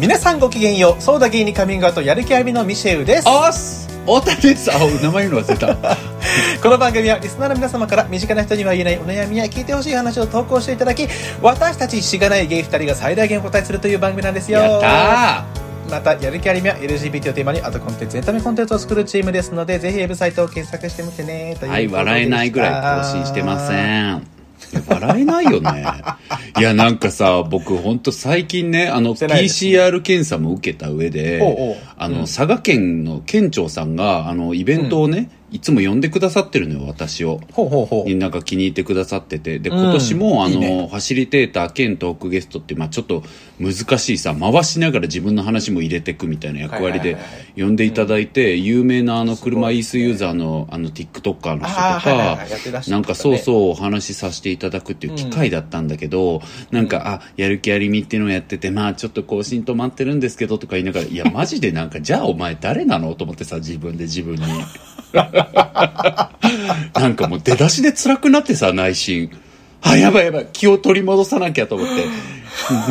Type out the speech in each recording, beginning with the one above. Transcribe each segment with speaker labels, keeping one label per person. Speaker 1: 皆さんごきげんようそうだ芸にカミングアウトやる気ありみのミシェウです
Speaker 2: あーす太田ですあ名前言うの忘れた
Speaker 1: この番組はリスナーの皆様から身近な人には言えないお悩みや聞いてほしい話を投稿していただき私たちしがないゲイ2人が最大限お答えするという番組なんですよ
Speaker 2: やった
Speaker 1: またやる気ありみは LGBT をテーマにあとコンテンツエンタメコンテンツを作るチームですのでぜひウェブサイトを検索してみてねと
Speaker 2: ー
Speaker 1: いう
Speaker 2: はい笑えないぐらい更新してませんいや笑えないよ ねいやなんかさ僕ほんと最近ねあの
Speaker 1: してないですね
Speaker 2: PCR 検査も受けた上で
Speaker 1: おうおう
Speaker 2: あ
Speaker 1: うん
Speaker 2: の佐賀県の県庁さんがあのイベントをね、いつも呼んでくださってるのよ私を
Speaker 1: ほうほうほう
Speaker 2: になんか気に入ってくださっててで
Speaker 1: うん
Speaker 2: 今年も、あの
Speaker 1: いいね
Speaker 2: ファシリテーター兼トークゲストって、まあ、ちょっと難しいさ回しながら自分の話も入れてくみたいな役割
Speaker 1: はい
Speaker 2: で
Speaker 1: はいはい
Speaker 2: 呼んでいただいて、有名なあの
Speaker 1: すごいね
Speaker 2: 車椅子ユーザーのあの TikToker の人と
Speaker 1: あーはいはい
Speaker 2: か
Speaker 1: はいやってらっしゃ
Speaker 2: な
Speaker 1: る
Speaker 2: ん
Speaker 1: 方ね
Speaker 2: かそうそうお話しさせていただくっていう機会だったんだけど、なんかあやる気ありみっていうのをやっててまあちょっと更新止まってるんですけどとか言いながらいやマジでなんかじゃあお前誰なのと思ってさ自分で自 分になんかもう出だしで辛くなってさ内心あやばいやばい気を取り戻さなきゃと思って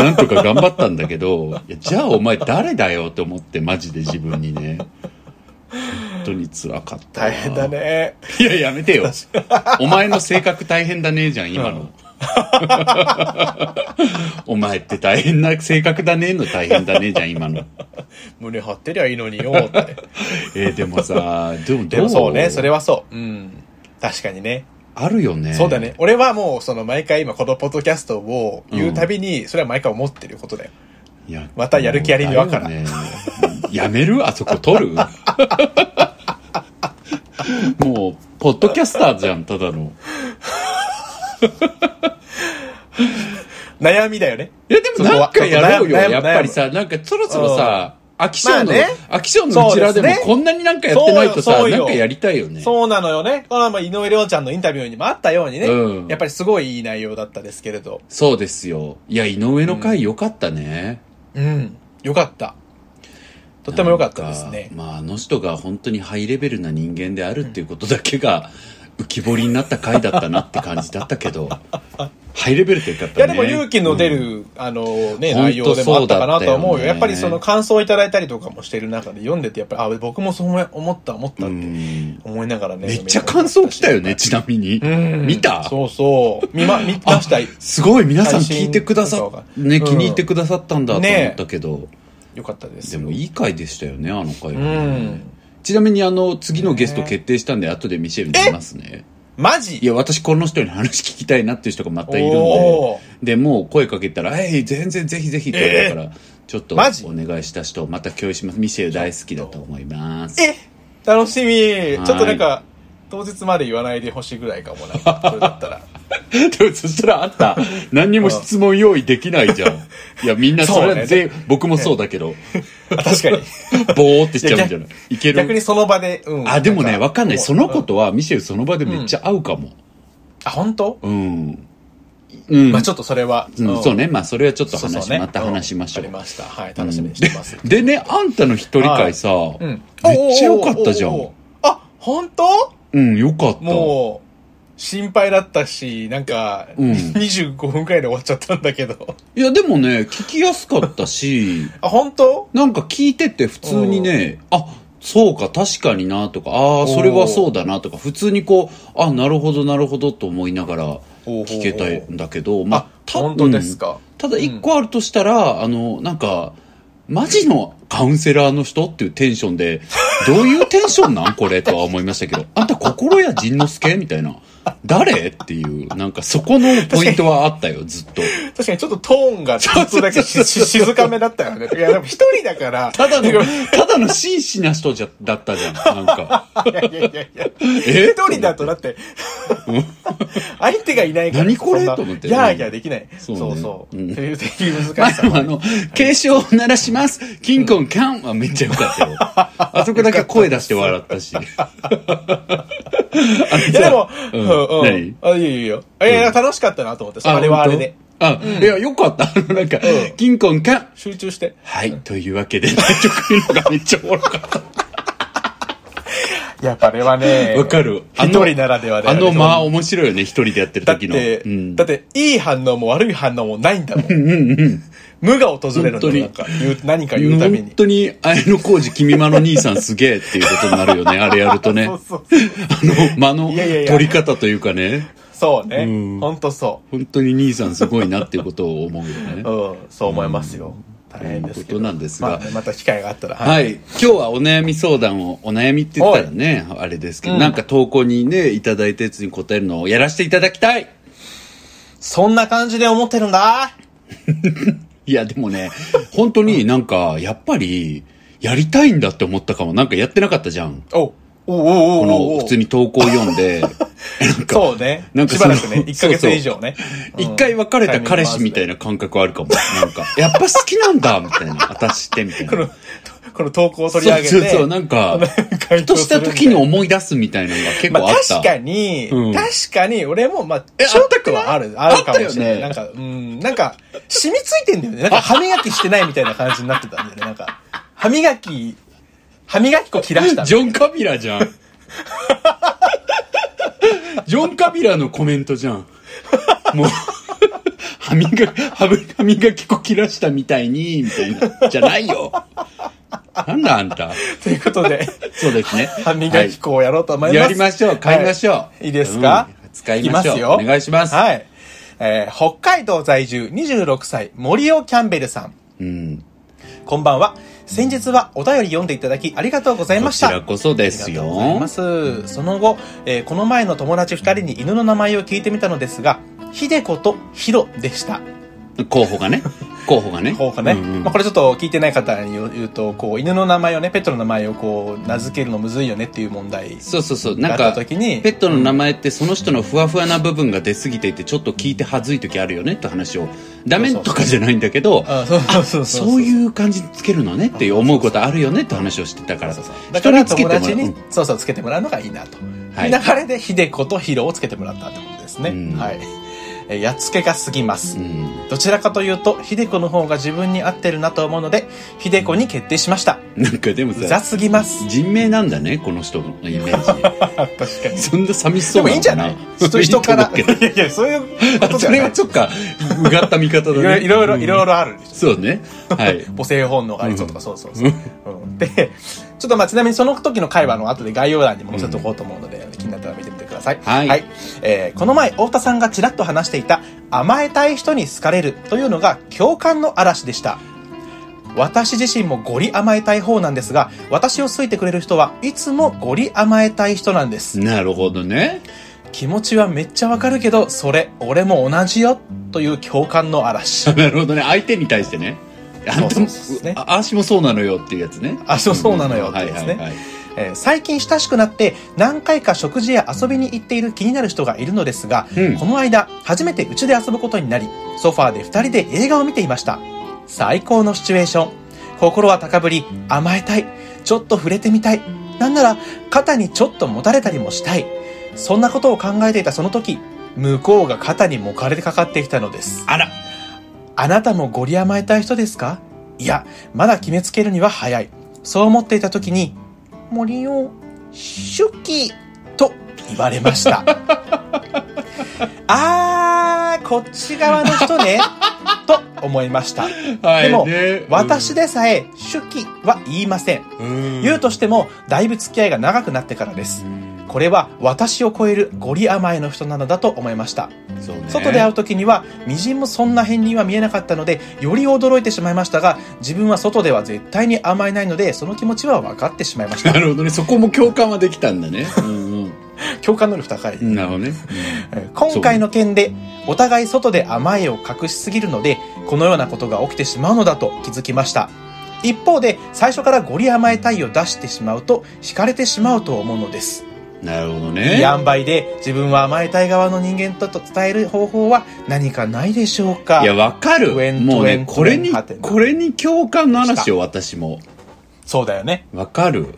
Speaker 2: なんとか頑張ったんだけどいやじゃあお前誰だよと思ってマジで自分にね本当に辛かったわ
Speaker 1: 大変だね
Speaker 2: いや、やめてよ。お前の性格大変だねえじゃん、今の。 お前って大変な性格だねえの大変だねえじゃん、今の。
Speaker 1: 胸張ってりゃいいのによ って
Speaker 2: えーでもさ、でもどう
Speaker 1: でもそうねそれはそううん確かにね
Speaker 2: あるよね。
Speaker 1: そうだね。。俺はもう、その毎回今このポッドキャストを言うたびに、それは毎回思ってることだよ。
Speaker 2: いや
Speaker 1: またやる気ありみわからん
Speaker 2: だよねやめるあそこ取る もう、ポッドキャスターじゃん、ただの。
Speaker 1: 悩みだよね。
Speaker 2: いや、でもなんかやろうよ、や
Speaker 1: そこはちょっ
Speaker 2: っ
Speaker 1: と悩む
Speaker 2: ぱりさ、なんかそろそろさ、アキションの、
Speaker 1: まあね
Speaker 2: アキションのうちらで
Speaker 1: そう
Speaker 2: も
Speaker 1: ですね
Speaker 2: こんなになんかやってないとさ、
Speaker 1: そうよそう
Speaker 2: な
Speaker 1: よ
Speaker 2: んかやりたいよね。
Speaker 1: そうなのよね。このまあ井上亮ちゃんのインタビューにもあったようにね、
Speaker 2: うん
Speaker 1: やっぱりすごいいい内容だったですけれど。
Speaker 2: そうですよ。いや、井上の回良かったね。
Speaker 1: うん。よかった。とってもよかったです
Speaker 2: なん
Speaker 1: ね
Speaker 2: か。まあ、あの人が本当にハイレベルな人間であるっていうことだけが、浮き彫りになった回だったなって感じだったけ ど、ハイレベルというかやっ
Speaker 1: い
Speaker 2: ぱ
Speaker 1: や
Speaker 2: ね、
Speaker 1: でも勇気の出る、
Speaker 2: うん
Speaker 1: あのね、
Speaker 2: ほんと
Speaker 1: 内容でもあったかなとは思う
Speaker 2: そうだったよ
Speaker 1: よ
Speaker 2: ね
Speaker 1: やっぱりその感想をいただいたりとかもしてる中で読んでて、やっぱり、あ、僕もそう思い思った思った
Speaker 2: う
Speaker 1: って
Speaker 2: ん
Speaker 1: 思いながらね。
Speaker 2: めっちゃ感想来たよね、ちなみに。
Speaker 1: うん
Speaker 2: 見た
Speaker 1: そうそう。見ま、見ま
Speaker 2: あ
Speaker 1: した。よ
Speaker 2: すごい皆さん
Speaker 1: 配信
Speaker 2: 聞いてくだ
Speaker 1: と
Speaker 2: さ
Speaker 1: か
Speaker 2: っ、ね、
Speaker 1: うん
Speaker 2: 気に入ってくださったんだと思ったけど、
Speaker 1: かったです。
Speaker 2: でもいい回でしたよね、あの回は
Speaker 1: う
Speaker 2: ね、
Speaker 1: ん。
Speaker 2: ちなみにあの、次のゲスト決定したんで、後でミシェルに言いますね。
Speaker 1: マ
Speaker 2: い
Speaker 1: ジ
Speaker 2: や、私この人に話聞きたいなっていう人がまたいるんで、
Speaker 1: おー
Speaker 2: で、もう声かけたら、えい、全然ぜひぜひって言われたから、ちょっとお
Speaker 1: マジ
Speaker 2: 願いした人をまた共有します。ミシェル大好きだと思います。
Speaker 1: え楽しみ
Speaker 2: はい
Speaker 1: ちょっとなんか、当日まで言わないでほしいぐらいか もな。それだったら。
Speaker 2: でも そしたらあった。何にも質問用意できないじゃん。いや、みんなそれは
Speaker 1: そう
Speaker 2: 全、僕もそうだけど、
Speaker 1: あ確かに。
Speaker 2: ぼーってしちゃうんじゃないいける
Speaker 1: 逆にその場で、うん。
Speaker 2: あ、でもね、わかんない。その子
Speaker 1: こと
Speaker 2: は、ミシェルその場でめっちゃ合うかも。
Speaker 1: あ、本当
Speaker 2: うん。うん。
Speaker 1: まあちょっとそれは。
Speaker 2: うん、
Speaker 1: ん
Speaker 2: そう。ね。まあ、それはちょっと
Speaker 1: そう
Speaker 2: 話し、
Speaker 1: そうね。
Speaker 2: また話しましょう。
Speaker 1: んわかりました。はい。楽しみにしてます。
Speaker 2: でね、あんたの一人会さ、
Speaker 1: うん。
Speaker 2: めっちゃ良かったじゃん
Speaker 1: おーおーおーおー。あ、本当
Speaker 2: うん、よかった。
Speaker 1: もう、心配だったし、なんか、
Speaker 2: うん
Speaker 1: 25分くらいで終わっちゃったんだけど。
Speaker 2: いや、でもね、聞きやすかった し、
Speaker 1: あ、本当
Speaker 2: なんか聞いてて普通にね、あ、そうか、確かにな、とか、ああ、それはそうだな、とか、普通にこう、あ、なるほど、なるほど、と思いながら
Speaker 1: おー
Speaker 2: 聞けたんだけど、ま
Speaker 1: あ
Speaker 2: あ、、た
Speaker 1: 本当ですか。
Speaker 2: ただ一個あるとしたら、あの、なんか、マジのカウンセラーの人っていうテンションで、 どういうテンションなんこれとは思いましたけど、あんた心谷仁之助みたいな。誰っていう、なんかそこのポイントはあったよ、ずっと。
Speaker 1: 確かにちょっとトーンがちょっとだけしし静かめだった よね。いや、でも一人だから。
Speaker 2: ただの
Speaker 1: いや、
Speaker 2: ただの真摯な人じゃ、だったじゃん、なんか。
Speaker 1: いやいやいや。
Speaker 2: え
Speaker 1: 一人だとだって、相手がいないから。
Speaker 2: 何これ
Speaker 1: そんな
Speaker 2: と思って
Speaker 1: やーやーできない。
Speaker 2: そ
Speaker 1: そうう
Speaker 2: ね
Speaker 1: そう。
Speaker 2: うん
Speaker 1: という的難し
Speaker 2: まあ
Speaker 1: さ
Speaker 2: でも
Speaker 1: も
Speaker 2: あ
Speaker 1: ある。
Speaker 2: の、警鐘を鳴らします。キンコンカンはめっちゃ良か ったよ。あそこだけ声出して笑ったし。あのさ
Speaker 1: いやでも、
Speaker 2: う
Speaker 1: うんん、う
Speaker 2: 何
Speaker 1: ん。あ、いいよいいよ。いやいや、楽しかったなと思って、あれはあれで。。
Speaker 2: 本当あ、いや、よかった。あの、なんか、キンコンカン。
Speaker 1: 集中して。
Speaker 2: はい、というわけで、大曲いうのがめっちゃおもろかった。
Speaker 1: いや、あれはね、
Speaker 2: わかる。あ
Speaker 1: 一
Speaker 2: の
Speaker 1: 人ならではだ
Speaker 2: あ
Speaker 1: よね
Speaker 2: のまあ面白いよね、一人でやってる
Speaker 1: だっ
Speaker 2: 時の。
Speaker 1: て、
Speaker 2: うん
Speaker 1: だって、いい反応も悪い反応もないんだもん。無が訪れるんだ
Speaker 2: 本当
Speaker 1: よ
Speaker 2: に
Speaker 1: なんか言う何か言うため
Speaker 2: 本
Speaker 1: に。
Speaker 2: 当に、綾小路君まの兄さんすげえっていうことになるよね、あれやるとね。
Speaker 1: そ
Speaker 2: あ
Speaker 1: うそうそう。
Speaker 2: の、間の
Speaker 1: いやいやいや
Speaker 2: 取り方というかね、
Speaker 1: そうね。
Speaker 2: うん
Speaker 1: 本当そ
Speaker 2: 本当に兄さんすごいなっていうことを思うよね
Speaker 1: う。。うん、そう思いますよ。大変ですけ
Speaker 2: ということ
Speaker 1: ど。
Speaker 2: なんですが
Speaker 1: まあねまた機会があったら。
Speaker 2: はい、今日はお悩み相談を、お悩みって言ったらね、あれですけど、
Speaker 1: うん
Speaker 2: なんか投稿にね、いただいたやつに答えるのをやらせていただきたい
Speaker 1: そんな感じで思ってるんだ。
Speaker 2: いや、でも ね、本当になんか、やっぱり、やりたいんだって思ったかも。なんかやってなかったじゃん。
Speaker 1: おうおうおうおうお
Speaker 2: こ
Speaker 1: うお
Speaker 2: の、
Speaker 1: う
Speaker 2: 普通に投稿読ん で、なんか、
Speaker 1: そうね。
Speaker 2: なんか
Speaker 1: し
Speaker 2: そ
Speaker 1: ば
Speaker 2: の
Speaker 1: らくね、1ヶ
Speaker 2: そうそ
Speaker 1: 月
Speaker 2: う
Speaker 1: 以上ね。うん
Speaker 2: 一回別れた彼氏みたい。な感覚あるかも。なんか、やっぱ好きなんだみたいな。私ってみたいな。
Speaker 1: この、この投稿を
Speaker 2: そう
Speaker 1: 取り上げて。
Speaker 2: そうそう、なんか、ふとした時に思い出すみたいなのが結
Speaker 1: まあ
Speaker 2: 構あった。
Speaker 1: 確かに、
Speaker 2: うん
Speaker 1: 確かに、俺も、まあ、
Speaker 2: え
Speaker 1: ちょっとはある、あ
Speaker 2: あっ
Speaker 1: る
Speaker 2: た
Speaker 1: か
Speaker 2: よね
Speaker 1: もしれない。
Speaker 2: あ
Speaker 1: な
Speaker 2: っ
Speaker 1: んか、うん、なんか、染みついてんだよね。なんか歯磨きしてないみたいな感じになってたんだよね。なんか、歯磨き、歯磨き粉切らしたみ
Speaker 2: ジ
Speaker 1: たい
Speaker 2: ョン・カビラ じゃん。ジョン・カビラのコメントじゃん。もう、歯磨き、歯ぶ歯磨きこ切らしたみたいに、みたいな。じゃないよ。なんだあんた。
Speaker 1: な。ということで、
Speaker 2: そうですね。
Speaker 1: 歯磨き粉をやろうと思います。
Speaker 2: やりましょう。買いましょう。
Speaker 1: はいいいですか、
Speaker 2: うん使いましょう。
Speaker 1: き
Speaker 2: お願いします。
Speaker 1: はい。えー北海道在住26歳、森尾キャンベルさん。
Speaker 2: うん。
Speaker 1: こんばんは。先日はお便り読んでいただきありがとうござい
Speaker 2: こ
Speaker 1: まし
Speaker 2: ち
Speaker 1: た。
Speaker 2: らこそで
Speaker 1: あ
Speaker 2: す
Speaker 1: り
Speaker 2: よ
Speaker 1: がとう。ございます。その後、えーこの前の友達2人に犬の名前を聞いてみたのですが、ひでことひろでした。
Speaker 2: 候補がね。候補がね。
Speaker 1: こうかね。
Speaker 2: うんうん
Speaker 1: まあ、これちょっと聞いてない方に言う言うと、こう、犬の名前をね、ペットの名前をこう、名付けるのむずいよねっていう問題
Speaker 2: そうそうそう。
Speaker 1: があ
Speaker 2: なん
Speaker 1: った
Speaker 2: か、
Speaker 1: 時に
Speaker 2: ペ、ットの名前ってその人のふわふわな部分が出過ぎていてちょっと聞いてはずい時あるよねって話をダメとかじゃないんだけど
Speaker 1: あそうそうそう
Speaker 2: そう
Speaker 1: う。
Speaker 2: いう感じにつけるのねって思うことあるよねって話をしてたから
Speaker 1: そうそうそうだ
Speaker 2: 人
Speaker 1: から
Speaker 2: につけて
Speaker 1: 友
Speaker 2: もらう
Speaker 1: 達
Speaker 2: う
Speaker 1: に
Speaker 2: ん、
Speaker 1: そうそう、つけてもらうのがいいなと。
Speaker 2: はい
Speaker 1: いう流れで、ひでことひろをつけてもらったってことですね。
Speaker 2: うん
Speaker 1: はい。えーやっつけが過ぎます。
Speaker 2: うん
Speaker 1: どちらかというと、ひでこの方が自分に合ってるなと思うので、ひでこに決定しました。
Speaker 2: なんかでも
Speaker 1: うざ
Speaker 2: さ
Speaker 1: すぎます。
Speaker 2: 人名なんだねこの人のイメー
Speaker 1: 確かに
Speaker 2: ジそんな寂し
Speaker 1: で
Speaker 2: そう
Speaker 1: もいい
Speaker 2: なん
Speaker 1: じゃ
Speaker 2: の
Speaker 1: ない
Speaker 2: な
Speaker 1: 人 人から。
Speaker 2: いいと思う
Speaker 1: いやいや、そういうこ
Speaker 2: け
Speaker 1: と
Speaker 2: ど
Speaker 1: じゃ
Speaker 2: それ
Speaker 1: ない。
Speaker 2: はちょっかうがった見方だね
Speaker 1: いろいろ、いろいろいろ
Speaker 2: う
Speaker 1: い
Speaker 2: ん
Speaker 1: ろあるでしょ。
Speaker 2: そうねはい
Speaker 1: 母性本能がありそうとか、そうそうそう。うんで、ちょっとまあちなみにその時の会話の後で概要欄にも載せとこうと思うので、気になったら見てみてください。
Speaker 2: はい
Speaker 1: えーこの前、太田さんがちらっと話していた甘えたい人に好かれるというのが共感の嵐でした。私自身もゴリ甘えたい方なんですが、私を好いてくれる人はいつもゴリ甘えたい人なんです。
Speaker 2: なるほどね
Speaker 1: 気持ちはめっちゃわかるけど、それ、俺も同じよ、という共感 の嵐。
Speaker 2: なるほどね相手に対してねあんた
Speaker 1: そ
Speaker 2: も
Speaker 1: うそうそうね
Speaker 2: ああしもそうなのよっていうやつね
Speaker 1: あそうそうなのよってやつね
Speaker 2: はいはいはい
Speaker 1: えー最近親しくなって何回か食事や遊びに行っている気になる人がいるのですが、
Speaker 2: うん
Speaker 1: この間初めてうちで遊ぶことになりソファーで2人で映画を見ていました最高のシチュエーション心は高ぶり甘えたいちょっと触れてみたいなんなら肩にちょっともたれたりもしたいそんなことを考えていたその時向こうが肩にもかれてかかってきたのです
Speaker 2: あら
Speaker 1: あなたもご利甘えたい人ですかいや、まだ決めつけるには早い。そう思っていた時に、森を、シュキと言われま した。あー、こっち側の人ね、 と思いました。
Speaker 2: はい
Speaker 1: でも
Speaker 2: ね
Speaker 1: 私でさえ、シュキは言いません。
Speaker 2: うん
Speaker 1: 言うとしても、だいぶ付き合いが長くなってからです。これは私を超えるゴリ甘えの人なのだと思いました。
Speaker 2: そうね
Speaker 1: 外で会う時にはみじんもそんな片鱗は見えなかったのでより驚いてしまいましたが自分は外では絶対に甘えないのでその気持ちは分かってしまいまし
Speaker 2: な
Speaker 1: た
Speaker 2: るほどねそこも共感はできたんだねうん
Speaker 1: 共感能力高い、
Speaker 2: うんなるほどね
Speaker 1: えー今回の件でお互い外で甘えを隠しすぎるのでこのようなことが起きてしまうのだと気づきました一方で最初からゴリ甘えたいを出してしまうと惹かれてしまうと思うのです
Speaker 2: なるほどね
Speaker 1: いい塩梅で自分は甘えたい側の人間だと伝える方法は何かないでしょうか
Speaker 2: いやわかる
Speaker 1: ウェン
Speaker 2: もう
Speaker 1: ウ
Speaker 2: ね
Speaker 1: ェン
Speaker 2: これに
Speaker 1: ウェンハテナ
Speaker 2: これに共感の話を私も
Speaker 1: そうだよね
Speaker 2: わかる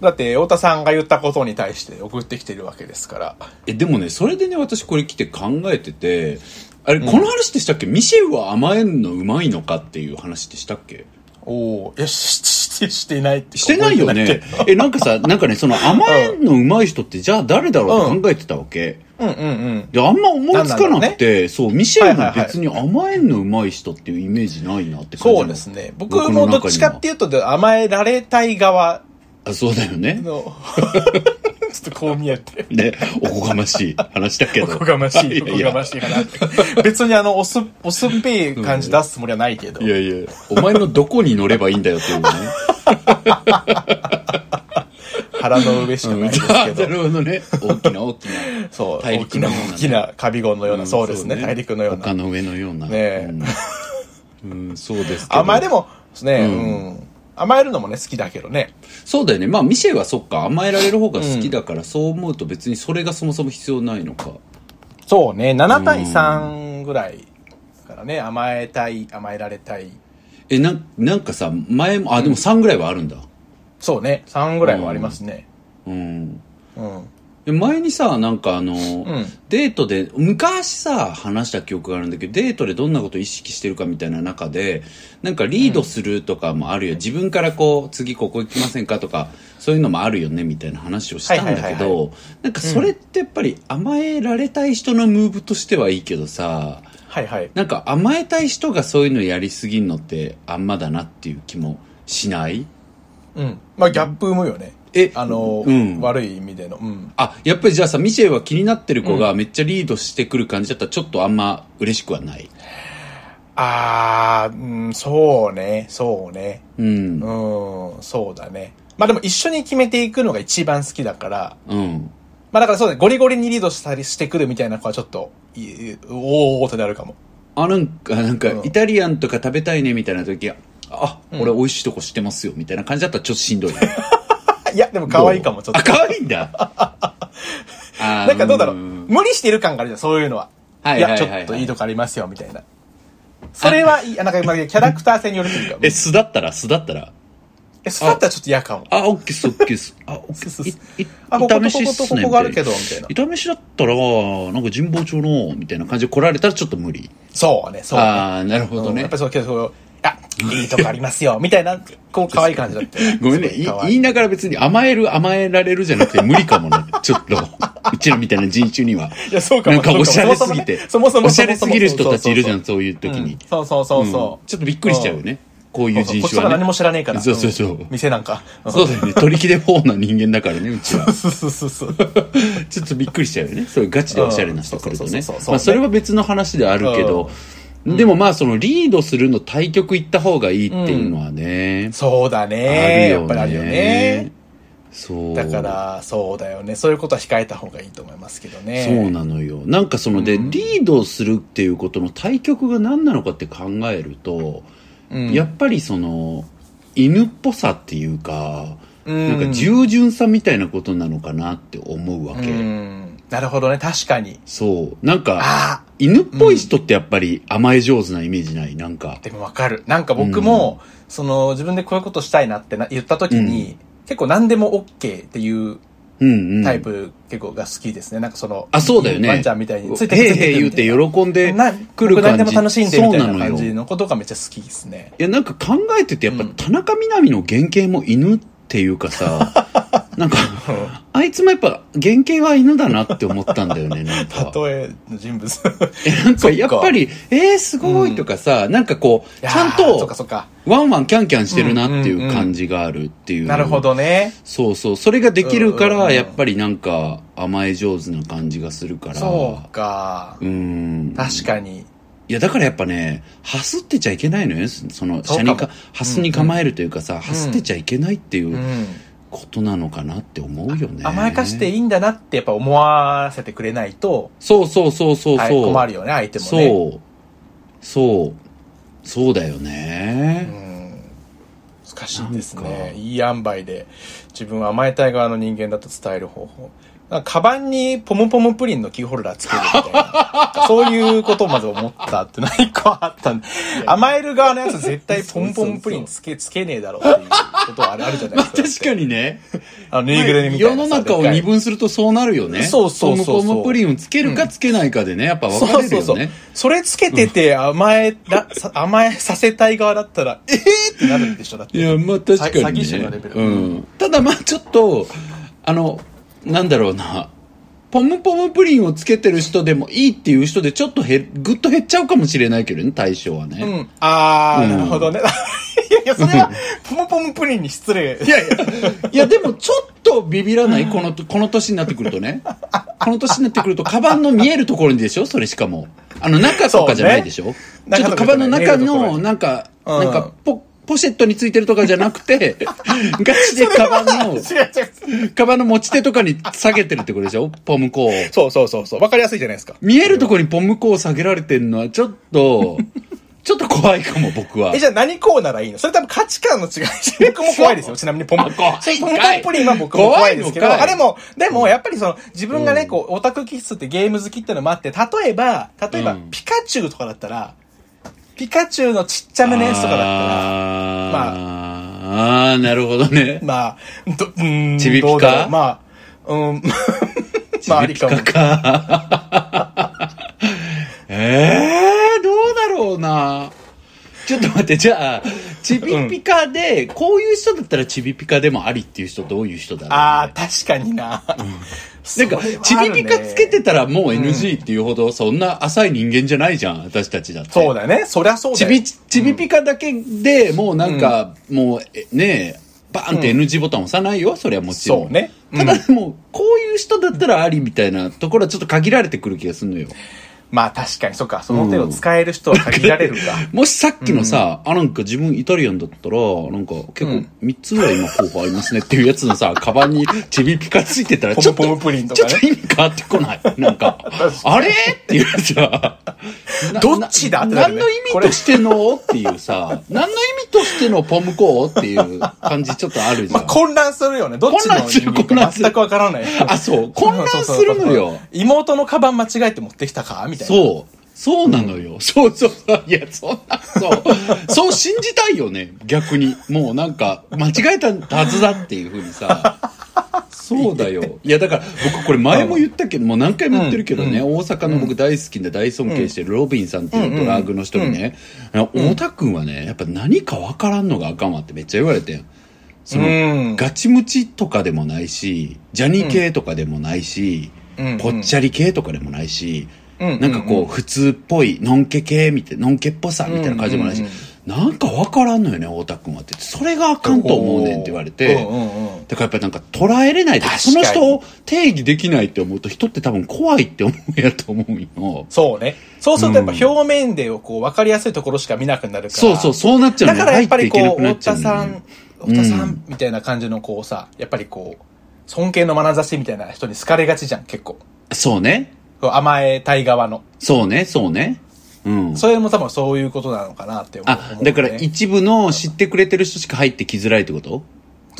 Speaker 1: だって、太田さんが言ったことに対して送ってきてるわけですから。
Speaker 2: えでもねそれでね私これ来て考えててあれ、この話でしたっけミシェルは甘えんのうまいのかっていう話でしたっけ
Speaker 1: おおいやしししていないって
Speaker 2: してないよね。え、なんかさ、なんかね、その甘えんの上手い人って、じゃあ誰だろうって考えてたわけ。
Speaker 1: うんうんうん
Speaker 2: で、あんま思いつかなくて、そう、ミシェルも別に
Speaker 1: は
Speaker 2: 甘えんの上手い人っていうイメージないなって感じなの
Speaker 1: そうですね僕もどっちかっていうとで甘えられたい側
Speaker 2: あそうだよね。
Speaker 1: のちょっとこう見えて
Speaker 2: ね、おこがましい話だけ
Speaker 1: お
Speaker 2: ど。
Speaker 1: こが ましい、お
Speaker 2: や
Speaker 1: こがましいかなって。別にあの、おす、おすんべい感じ出すつもりはないけど。
Speaker 2: いやいや、お前のどこに乗ればいいんだよっていうのね。
Speaker 1: 腹の上しかないです
Speaker 2: あ
Speaker 1: け
Speaker 2: な
Speaker 1: ど。
Speaker 2: るほどね。大きな大きな。
Speaker 1: そう、
Speaker 2: 大
Speaker 1: 大
Speaker 2: 陸
Speaker 1: き
Speaker 2: のよ
Speaker 1: な
Speaker 2: うなね
Speaker 1: 大きなカビゴンのような、
Speaker 2: ん
Speaker 1: そうですね、
Speaker 2: そ
Speaker 1: 大陸のよう
Speaker 2: 丘
Speaker 1: な。
Speaker 2: の上のような。
Speaker 1: ねえ
Speaker 2: うん、うんそう ですけど。
Speaker 1: 甘えでも、ね、
Speaker 2: う
Speaker 1: うんん、甘えるのもね、好きだけどね。
Speaker 2: そうだよね。まあ、ミシェはそっか、甘えられる方が好きだから、そう思うと別にそれがそもそも必要ないのか。
Speaker 1: そうね、7対3ぐらい。だからね、甘えたい、甘えられたい。
Speaker 2: え、なんなんかさ、前も、あ、でも3ぐらいはあるんだ。
Speaker 1: そうね、3ぐらいはありますね。
Speaker 2: うん。
Speaker 1: うん。
Speaker 2: え前にさ、なんかあの、
Speaker 1: ん
Speaker 2: デートで、昔さ、話した記憶があるんだけど、デートでどんなことを意識してるかみたいな中で、なんかリードするとかもあるよ。自分からこう、次ここ行きませんかとか、そういうのもあるよね、みたいな話をしたんだ
Speaker 1: はい
Speaker 2: け
Speaker 1: はいはい
Speaker 2: ど、なんかそれってやっぱり甘えられたい人のムーブとしてはいいけどさ、
Speaker 1: はいはい。
Speaker 2: なんか甘えたい人がそういうのやりすぎんのってあんまだなっていう気もしない
Speaker 1: うん。まあ、ギャップもよね。
Speaker 2: え
Speaker 1: あの、
Speaker 2: うん
Speaker 1: 悪い意味での。うん。
Speaker 2: あ、やっぱりじゃあさ、ミシェは気になってる子がめっちゃリードしてくる感じだったらちょっとあんま嬉しくはない。
Speaker 1: あー、うん、そうね、そうね。
Speaker 2: うん。
Speaker 1: うん、そうだね。まあでも一緒に決めていくのが一番好きだから、
Speaker 2: うん。
Speaker 1: まあだからそうだね、ゴリゴリにリードしたりしてくるみたいな子はちょっと、いいおーおーってなるかも。
Speaker 2: あ、なんか、なんか
Speaker 1: う、ん
Speaker 2: イタリアンとか食べたいねみたいな時は、あ、俺美味しいとこ知ってますよみたいな感じだったらちょっとしんどい。
Speaker 1: あいや、でも可 愛いかも、ちょっ
Speaker 2: あ、
Speaker 1: と。
Speaker 2: 可愛いんだ。な
Speaker 1: なんかどうだろう。無理してる感があるじゃん、そういうのは。
Speaker 2: はい
Speaker 1: い
Speaker 2: はいは
Speaker 1: や、
Speaker 2: い
Speaker 1: ち
Speaker 2: はい
Speaker 1: ょっといいとこありますよ、みたいな。それはいい、あなんか今、キャラクター性によるというか。
Speaker 2: え、素だったら素だったら
Speaker 1: え、そうだったらちょっと嫌かも。
Speaker 2: あ、オッケーっす、オッケーっす。あ、オッケーっす。
Speaker 1: そうそうそう
Speaker 2: いい
Speaker 1: あここと
Speaker 2: 炒めしっすね
Speaker 1: こことここがあるけどみたいな
Speaker 2: 炒めしだったら、なんか神保町の、みたいな感じで来られたらちょっと無理。
Speaker 1: そうね、そうね。
Speaker 2: ああ、なるほど
Speaker 1: うん
Speaker 2: ね。
Speaker 1: やっぱりそう、けどそう、あ、いいとこありますよ、みたいな、こう、可愛い感じだったよ。
Speaker 2: ごめんね。
Speaker 1: す
Speaker 2: い
Speaker 1: ごい可愛
Speaker 2: 言
Speaker 1: い
Speaker 2: いながら別に甘える、甘えられるじゃなくて無理かもね。ちょっと。うちらみたいな人種には。
Speaker 1: いや、そうか
Speaker 2: なん
Speaker 1: も。
Speaker 2: かおしゃれすぎて。
Speaker 1: そもそもねそもそも
Speaker 2: おしゃれすぎる人たちいるじゃん、
Speaker 1: そう
Speaker 2: そういう時に。。
Speaker 1: そうそうそうそううん
Speaker 2: ちょっとびっくりしちゃうよね。こういう
Speaker 1: そうそう
Speaker 2: 人
Speaker 1: こっち
Speaker 2: 種
Speaker 1: とか
Speaker 2: はね。
Speaker 1: 何も知らねえから。
Speaker 2: そうそうそうん
Speaker 1: 店なんか。うん
Speaker 2: そうだよね。取り切れ方な人間だからね、うちは。
Speaker 1: そうそうそうそう。
Speaker 2: ちょっとびっくりしちゃうよね。そういうガチでおしゃれな人来ると
Speaker 1: うん
Speaker 2: ね
Speaker 1: そうそうそう。そう
Speaker 2: まあそれは別の話であるけど。でもまあそのリードするの対局行った方がいいっていうのはね。
Speaker 1: そうだ
Speaker 2: あ
Speaker 1: ね。やっぱりあるよね。。
Speaker 2: そう。
Speaker 1: だか。ら、そうだよね。そういうことは控えた方がいいと思いますけどね。
Speaker 2: そうなのよ。なんかそので、リードするっていうことの対局が何なのかって考えると、
Speaker 1: うん
Speaker 2: やっぱりその、犬っぽさっていうか、
Speaker 1: うん
Speaker 2: なんか従順さみたいなことなのかなって思うわけ。
Speaker 1: うん。なるほどね。確かに。
Speaker 2: そう。なんか、
Speaker 1: ああ。
Speaker 2: 犬っぽい人ってやっぱり甘え上手なイメージない。なんか。
Speaker 1: でもわかる。なんか僕も、その、自分でこういうことしたいなってな言った時に、結構何でも OK っていう
Speaker 2: うんうん。
Speaker 1: タイプ結構が好きですね。なんかその、
Speaker 2: あ、そうだよね。
Speaker 1: ワンちゃんみたいについて
Speaker 2: へ
Speaker 1: く
Speaker 2: いへい言うて
Speaker 1: み
Speaker 2: 喜ん
Speaker 1: た
Speaker 2: で
Speaker 1: いな
Speaker 2: くる
Speaker 1: 僕何
Speaker 2: 感じ。
Speaker 1: でも楽しんでみたい
Speaker 2: そう
Speaker 1: な
Speaker 2: の
Speaker 1: 感
Speaker 2: よ
Speaker 1: じのことがめっちゃ好きですね。
Speaker 2: いや、なんか考えてて、やっぱ、
Speaker 1: うん
Speaker 2: 田中みな実の原型も犬っていうか さ、なんか、あいつもやっぱ、原型は犬だなって思ったんだよね、なん か。
Speaker 1: 例えの人 物。
Speaker 2: えなんか、やっぱり、えー、すごいとかさ、なんかこう、ちゃん
Speaker 1: いやーそっか
Speaker 2: と、
Speaker 1: そっか。
Speaker 2: ワンワンキャンキャンしてるなってい
Speaker 1: んうん
Speaker 2: う
Speaker 1: う
Speaker 2: うん感じがあるっていう。
Speaker 1: なるほ。どね。
Speaker 2: そうそう。それができるか
Speaker 1: うんうん
Speaker 2: ら、
Speaker 1: うん
Speaker 2: やっぱりなんか、甘え上手な感じがするから。
Speaker 1: そうか
Speaker 2: う。ん。
Speaker 1: 確かに。
Speaker 2: いや、だからやっぱね、はすってちゃいけないのよ。その、
Speaker 1: そ
Speaker 2: 車
Speaker 1: うかも。
Speaker 2: にか、はすに構えるというかさ、はすってちゃいけないっていううんことなのかなって思うよね。
Speaker 1: 甘やかして
Speaker 2: い
Speaker 1: いいんだなってやっぱ思わせてくれないと、
Speaker 2: そうそうそうそう
Speaker 1: はい、
Speaker 2: そう。
Speaker 1: 困るよね、相手もね。
Speaker 2: そう。そう。そうだよね。
Speaker 1: うん難しいんです
Speaker 2: なんか
Speaker 1: ねいい塩梅で自分は甘えたい側の人間だと伝える方法。なんかカバンにポムポムプリンのキーホルダーつけるみたい な。そういうことをまず思ったっていうのが一個あったんで。甘える側のやつ絶対ポムポムプリンつけ、つけねえだろうっていうことはあるあるじゃないですか。
Speaker 2: 確かにね。
Speaker 1: あの、ぬいぐるみみた
Speaker 2: 世
Speaker 1: いな
Speaker 2: の
Speaker 1: さ。
Speaker 2: 中を
Speaker 1: でっかい
Speaker 2: 二分するとそうなるよね。
Speaker 1: そうそうそうそう
Speaker 2: ポムポムプリンをつけるかつけないかでね、やっぱ分か
Speaker 1: そ
Speaker 2: れ
Speaker 1: う
Speaker 2: る
Speaker 1: そう
Speaker 2: よ
Speaker 1: そう
Speaker 2: ね。。
Speaker 1: それつけてて甘えら、さ甘えさせたい側だったら、ええってなるんでしょだって。
Speaker 2: いや、まあ確かに、ね。
Speaker 1: 詐欺師のレベル
Speaker 2: うん。ただまあちょっと、あの、なんだろうな。ポムポムプリンをつけてる人でもいいっていう人でちょっとへ、ぐっと減っちゃうかもしれないけどね、対象はね。
Speaker 1: うん。あー、
Speaker 2: うん
Speaker 1: なるほどね。 いやいや、それは、ポムポムプリンに失礼。
Speaker 2: いやいや、いやでもちょっとビビらないこの、この年になってくるとね。この年になってくると、カバンの見えるところにでしょそれしかも。あの、中とかじゃないでしょ、
Speaker 1: うね
Speaker 2: ちょっとカバンの中
Speaker 1: 中とかじゃない
Speaker 2: の、なんか、
Speaker 1: うん
Speaker 2: なんかポ、ポシェットについてるとかじゃなく て、ガチでカバンの、
Speaker 1: 違う違う。
Speaker 2: カバンの持ち手とかに下げてるってことでしょポムコを。
Speaker 1: そうそうそうそう。わかりやすいじゃないですか。
Speaker 2: 見えるところにポムコを下げられてるのは、ちょっ と、ちょっと怖いかも、僕は
Speaker 1: え、。じゃあ何こうならいいのそれ多分価値観の違い。僕も怖いですよ。ちなみにポムポム。
Speaker 2: 怖いんかい
Speaker 1: ポムポムプリンは僕も怖いですけど。
Speaker 2: 怖いのか
Speaker 1: あ、
Speaker 2: い
Speaker 1: でも、でもやっぱりその、自分がね、こう、オタク気質ってゲーム好きってのもあって、例えば、例えば
Speaker 2: うん、
Speaker 1: ピカチュウとかだったら、ピカチュウのちっちゃめのやつとかだったら、
Speaker 2: あー、あー、なるほどね。
Speaker 1: まあ、ど、うーん。
Speaker 2: ちびぴか
Speaker 1: どうだろうまあ、うん。まあ、ありかも。
Speaker 2: ええー、どうだろうな。ちょっと待って、じゃあ、ちびぴかで、こういう人だったらちびぴかでもありっていう人どういう人だろう、
Speaker 1: ああ、確かにな。
Speaker 2: なんか
Speaker 1: それ、は
Speaker 2: ち
Speaker 1: ある
Speaker 2: び
Speaker 1: ね
Speaker 2: ぴかつけてたらもう NG っていうほど、そんな浅い人間じゃないじゃん、私たちだって。
Speaker 1: そうだね。そりゃそうだ
Speaker 2: ち
Speaker 1: よ。
Speaker 2: び、ちびぴかだけでもうなんか、もう、えねえ、バーンって NG ボタン押さないよ、そりゃもちろん。
Speaker 1: そうねうん
Speaker 2: ただでも、こういう人だったらありみたいなところはちょっと限られてくる気がするのよ。
Speaker 1: まあ確かに、そっか。その手を使える人は限られるか。
Speaker 2: もしさっきのさ、あ、なんか自分イタリアンだったら、なんか結構3つぐらい今候補ありますねっていうやつの さ、カバンにちびぴかついてたら、
Speaker 1: ポム
Speaker 2: ちょっと、
Speaker 1: ポムプリンとかね
Speaker 2: ちょっと意味変わってこ ない。なんか、あれっていうさ、な
Speaker 1: どっちだってな
Speaker 2: 何
Speaker 1: るね
Speaker 2: の意味としてのっていうさ、何の意味としてのポムコっていう感じちょっとあるじゃ
Speaker 1: まあ
Speaker 2: ん。
Speaker 1: 混乱するよね。どっち
Speaker 2: 混
Speaker 1: の
Speaker 2: 乱する
Speaker 1: 人間か全くわからない。
Speaker 2: あ、そう、混乱するのよ。
Speaker 1: 妹のカバン間違えて持ってきたかみたいな。
Speaker 2: そう。そうなのよ。そうそう。いや、そんな、 そう。そう信じたいよね。逆に。もうなんか、間違えたはずだっていうふうにさ。そうだよ。いや、だから、僕これ前も言ったけど、もう何回も言ってるけどね、大阪の僕大好きで大尊敬してるロビンさんっていうドラッグの人にね、あの太田君はね、やっぱ何かわからんのがあかんわってめっちゃ言われてん。そ
Speaker 1: うん
Speaker 2: の、ガチムチとかでもないし、ジャニ系とかでもないし、
Speaker 1: うん
Speaker 2: ぽっちゃり系とかでもないし、
Speaker 1: うん
Speaker 2: なんかこう、普通っぽい、のんけ系みたいな、のんけっぽさみたいな感じもないし、
Speaker 1: うんうん
Speaker 2: なんかわからんのよね、太田くんはって。それがあかんと思うねんって言われて、
Speaker 1: うんうんうん。
Speaker 2: だからやっぱなんか捉えれないと
Speaker 1: 確かに
Speaker 2: その人を定義できないって思うと、人って多分怖いって思うやと思うよ。
Speaker 1: そうね。そうするとやっぱ表面でこう分かりやすいところしか見なくなるから。
Speaker 2: そうそう、そうなっちゃう
Speaker 1: だ
Speaker 2: の
Speaker 1: からやっぱりこう、
Speaker 2: 入
Speaker 1: 太
Speaker 2: っていけなくなっ
Speaker 1: 田さ
Speaker 2: ちゃうのよ
Speaker 1: ん、太田さ
Speaker 2: うん
Speaker 1: みたいな感じのこうさ、やっぱりこう、尊敬の眼差しみたいな人に好かれがちじゃん、結構。
Speaker 2: そうね。
Speaker 1: こう甘えたい側の。
Speaker 2: そうね、そうね。うん。
Speaker 1: それも多分そういうことなのかなって思う。
Speaker 2: あ、だから
Speaker 1: 思うね
Speaker 2: 一部の知ってくれてる人しか入ってきづらいってこと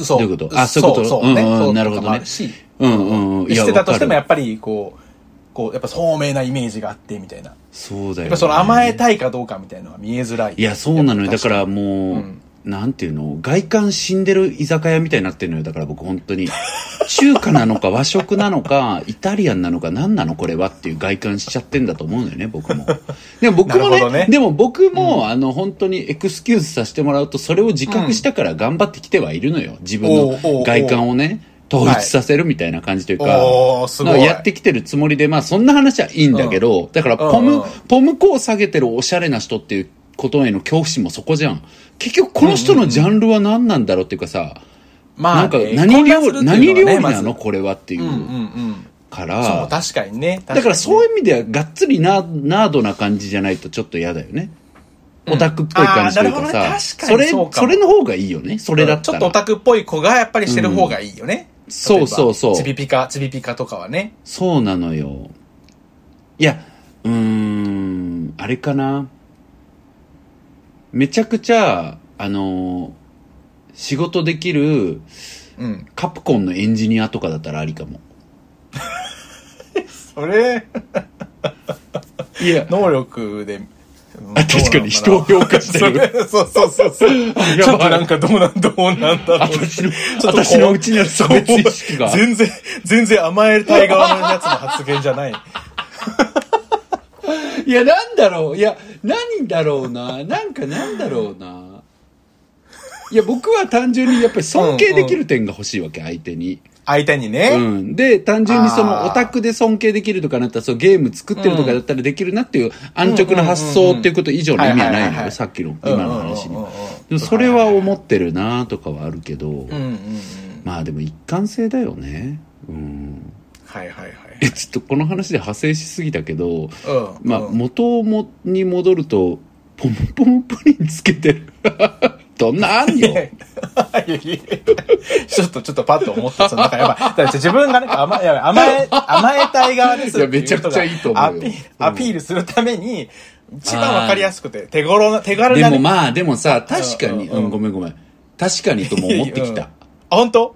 Speaker 1: そう。
Speaker 2: どういうことあそういうこと
Speaker 1: そうそうね。
Speaker 2: うんうん
Speaker 1: そう
Speaker 2: なるほどね
Speaker 1: とかもあし
Speaker 2: うんうんうん。い
Speaker 1: でしてたとしてもや
Speaker 2: わかる
Speaker 1: っぱりこう、こう、やっぱ聡明なイメージがあってみたいな。や
Speaker 2: そうだよ、
Speaker 1: っ
Speaker 2: ね。
Speaker 1: ぱその甘えたいかどうかみたいなのは見えづらい。
Speaker 2: いや、そうなのよ。
Speaker 1: や
Speaker 2: だ
Speaker 1: っ
Speaker 2: か
Speaker 1: ぱ確
Speaker 2: らもう、
Speaker 1: うん
Speaker 2: なんていうの外観死んでる居酒屋みたいになってるのよ。だから僕本当 に。中華なのか和食なのか、イタリアンなのか何なのこれはっていう外観しちゃってんだと思うのよね、僕も。でも僕も
Speaker 1: なる
Speaker 2: ね
Speaker 1: ほ、どね
Speaker 2: でも僕も、あの本当にエクスキューズさせてもらうと、それを自覚したから頑張ってきてはいるのよ。自分
Speaker 1: おうおうお
Speaker 2: の
Speaker 1: う
Speaker 2: 外観をね、統一させるみたいな感じというか。
Speaker 1: おーすごい
Speaker 2: なんかやってきてるつもりで、まあそんな話はいいんだけど、だからポム、
Speaker 1: うんうん
Speaker 2: ポムコを下げてるおしゃれな人っていうことへの恐怖心もそこじゃん。結局この人のジャンルは何なんだろうっていうかさ、
Speaker 1: まあ、
Speaker 2: なんか
Speaker 1: えー
Speaker 2: 何料,、
Speaker 1: 混乱するって
Speaker 2: 何
Speaker 1: いう
Speaker 2: 料
Speaker 1: は
Speaker 2: 理
Speaker 1: ねま
Speaker 2: な
Speaker 1: ず
Speaker 2: のこれはっていううん
Speaker 1: うんうん。
Speaker 2: から、
Speaker 1: そう、確かにね。
Speaker 2: だからそう
Speaker 1: いう
Speaker 2: いう意味ではがっつりなナードな感じじゃないとちょっと嫌だよね。オタクっぽい感じというか
Speaker 1: あーなるほど
Speaker 2: さ、
Speaker 1: ね確か
Speaker 2: そ
Speaker 1: に
Speaker 2: れ、
Speaker 1: そうか
Speaker 2: そ
Speaker 1: も
Speaker 2: れの方がいいよね。それだった
Speaker 1: ちょ
Speaker 2: ら。
Speaker 1: っとオタクっぽい子がやっぱりしてる方がいいよね。
Speaker 2: そう
Speaker 1: 例えば
Speaker 2: そうそう
Speaker 1: ちびぴか、ちびぴかとかはね。
Speaker 2: そうなのよ。いや、うーん、あれかな。めちゃくちゃ、あの、仕事できる、
Speaker 1: うん。
Speaker 2: カプコンのエンジニアとかだったらありかも。
Speaker 1: それ、
Speaker 2: いや、
Speaker 1: 能力 で、うん
Speaker 2: あ確かに人を評価してる。
Speaker 1: それそうそうそ うそう。
Speaker 2: ばい
Speaker 1: ちょっとなんかどうなん、どうなんだろう。
Speaker 2: 私の、
Speaker 1: とこう
Speaker 2: 私のうちには差別意識が。
Speaker 1: 全然、全然甘えたい側のやつの発言じゃない。
Speaker 2: いや、なんだろう。いや、何だろうな。なんかなんだろうな。いや、僕は単純にやっぱり尊敬できる点が欲しいわけ、相手に。
Speaker 1: 相手にね。
Speaker 2: うん。で、単純にそ
Speaker 1: あ
Speaker 2: のオ
Speaker 1: ー
Speaker 2: タクで尊敬できるとかなったら、そうゲーム作ってるとかだったらできるなっていう安直な発想っていうこと以上の意味はない
Speaker 1: うんうんうんうんはいはい
Speaker 2: の
Speaker 1: はい
Speaker 2: よ、さっきの、今の話に
Speaker 1: うんうんうんうん。
Speaker 2: でもそれは思ってるなとかはあるけど
Speaker 1: う、んうんうん。
Speaker 2: まあでも一貫性だよね。うん。
Speaker 1: はいはいはい。
Speaker 2: え、ちょっとこの話で派生しすぎたけど、
Speaker 1: うん。
Speaker 2: まあ、
Speaker 1: うん
Speaker 2: 元もに戻ると、ポンポンプリンつけてる。 どんなあん
Speaker 1: いやいや
Speaker 2: よ。
Speaker 1: いや いやちょっと、ちょっとパッと思った。そのなんかやばい。だから自分がなんか甘え、やばい甘え、甘えたい側ですってう人が
Speaker 2: いやめちゃくちゃいいと思うよ
Speaker 1: アピ
Speaker 2: うん
Speaker 1: アピールするために、一番わかりやすくて、手頃な、手軽
Speaker 2: で
Speaker 1: な
Speaker 2: も
Speaker 1: ね。
Speaker 2: まあ、でもさ、確かに、
Speaker 1: うんうんうん
Speaker 2: うん、ごめんごめん。確かにとも思ってき
Speaker 1: うん
Speaker 2: た。
Speaker 1: あ、本当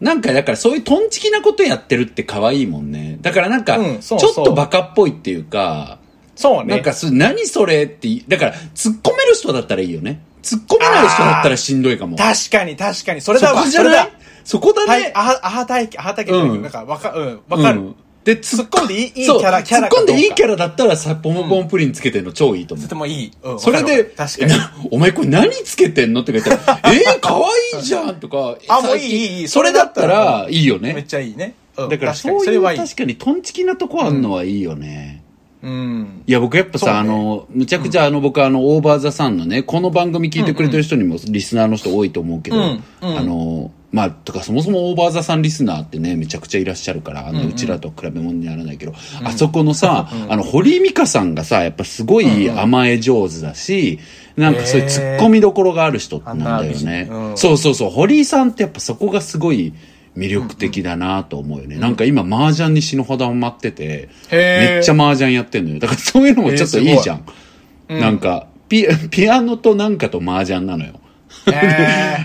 Speaker 2: なんか、だからそういうトンチキなことやってるって可愛いもんね。だからなんか、
Speaker 1: うん
Speaker 2: ち
Speaker 1: そ
Speaker 2: ょ
Speaker 1: う
Speaker 2: っ
Speaker 1: そう
Speaker 2: とバカっぽいっていうか、
Speaker 1: そう
Speaker 2: な
Speaker 1: ね。
Speaker 2: んかそ、何それってい、だから、突っ込める人だったらいいよね。突っ込めない人だったらしんどいかも。
Speaker 1: 確かに確かに。それ
Speaker 2: そ
Speaker 1: だわ。
Speaker 2: こじゃ
Speaker 1: それ
Speaker 2: な
Speaker 1: だ
Speaker 2: い。そこだ
Speaker 1: は
Speaker 2: ね
Speaker 1: い。。あは、あは体験、あは体験じゃないけど
Speaker 2: うん
Speaker 1: なんか、わか、うん、わか
Speaker 2: う
Speaker 1: る
Speaker 2: ん。で、
Speaker 1: 突っ込んでいい、いいキ
Speaker 2: そう
Speaker 1: ャラ、キャラか
Speaker 2: 突っ込んでいいキ
Speaker 1: ャ
Speaker 2: ャラだったらさ、ポンポンプリンつけてるの超いいと思う。
Speaker 1: でもいい。うん
Speaker 2: それで、
Speaker 1: わかるわ確かに
Speaker 2: え。なお前これ何つけてんのって言ったら、 えー、可愛いじゃんとか、
Speaker 1: あもう
Speaker 2: 最
Speaker 1: いい
Speaker 2: 近
Speaker 1: いいいい
Speaker 2: それだったらいいよ
Speaker 1: めっ
Speaker 2: ね。
Speaker 1: ちゃいいね。うん
Speaker 2: だから
Speaker 1: 確か
Speaker 2: そう
Speaker 1: に、そ
Speaker 2: い
Speaker 1: れ
Speaker 2: う
Speaker 1: はいい。
Speaker 2: 確かにトンチキなとこあんのはいいよね。
Speaker 1: うん。
Speaker 2: いや、僕やっぱさ、
Speaker 1: そうね
Speaker 2: あの、むちゃくちゃあの、僕あの、オーバーザさんのね、この番組聞いてくれてる人にも、リスナーの人多いと思うけど、
Speaker 1: うんうん
Speaker 2: あの、まあ、とかそもそもオーバーザさんリスナーってね、めちゃくちゃいらっしゃるから、あの、うちらと比べ物にならないけど、あそこのさ、あの、堀井美香さんがさ、やっぱすごい甘え上手だし、なんかそういう突っ込みどころがある人なんだよね
Speaker 1: へーあんな美人う。ん
Speaker 2: そうそうそう、堀井さんってやっぱそこがすごい、魅力的だなと思うよね。なんか今、麻雀に死ぬほどハマってて、
Speaker 1: へー
Speaker 2: めっちゃ麻雀やってんのよ。だからそういうのもちょっといいじゃん。なんか、ピ、ピアノとなんかと麻雀なのよ。
Speaker 1: え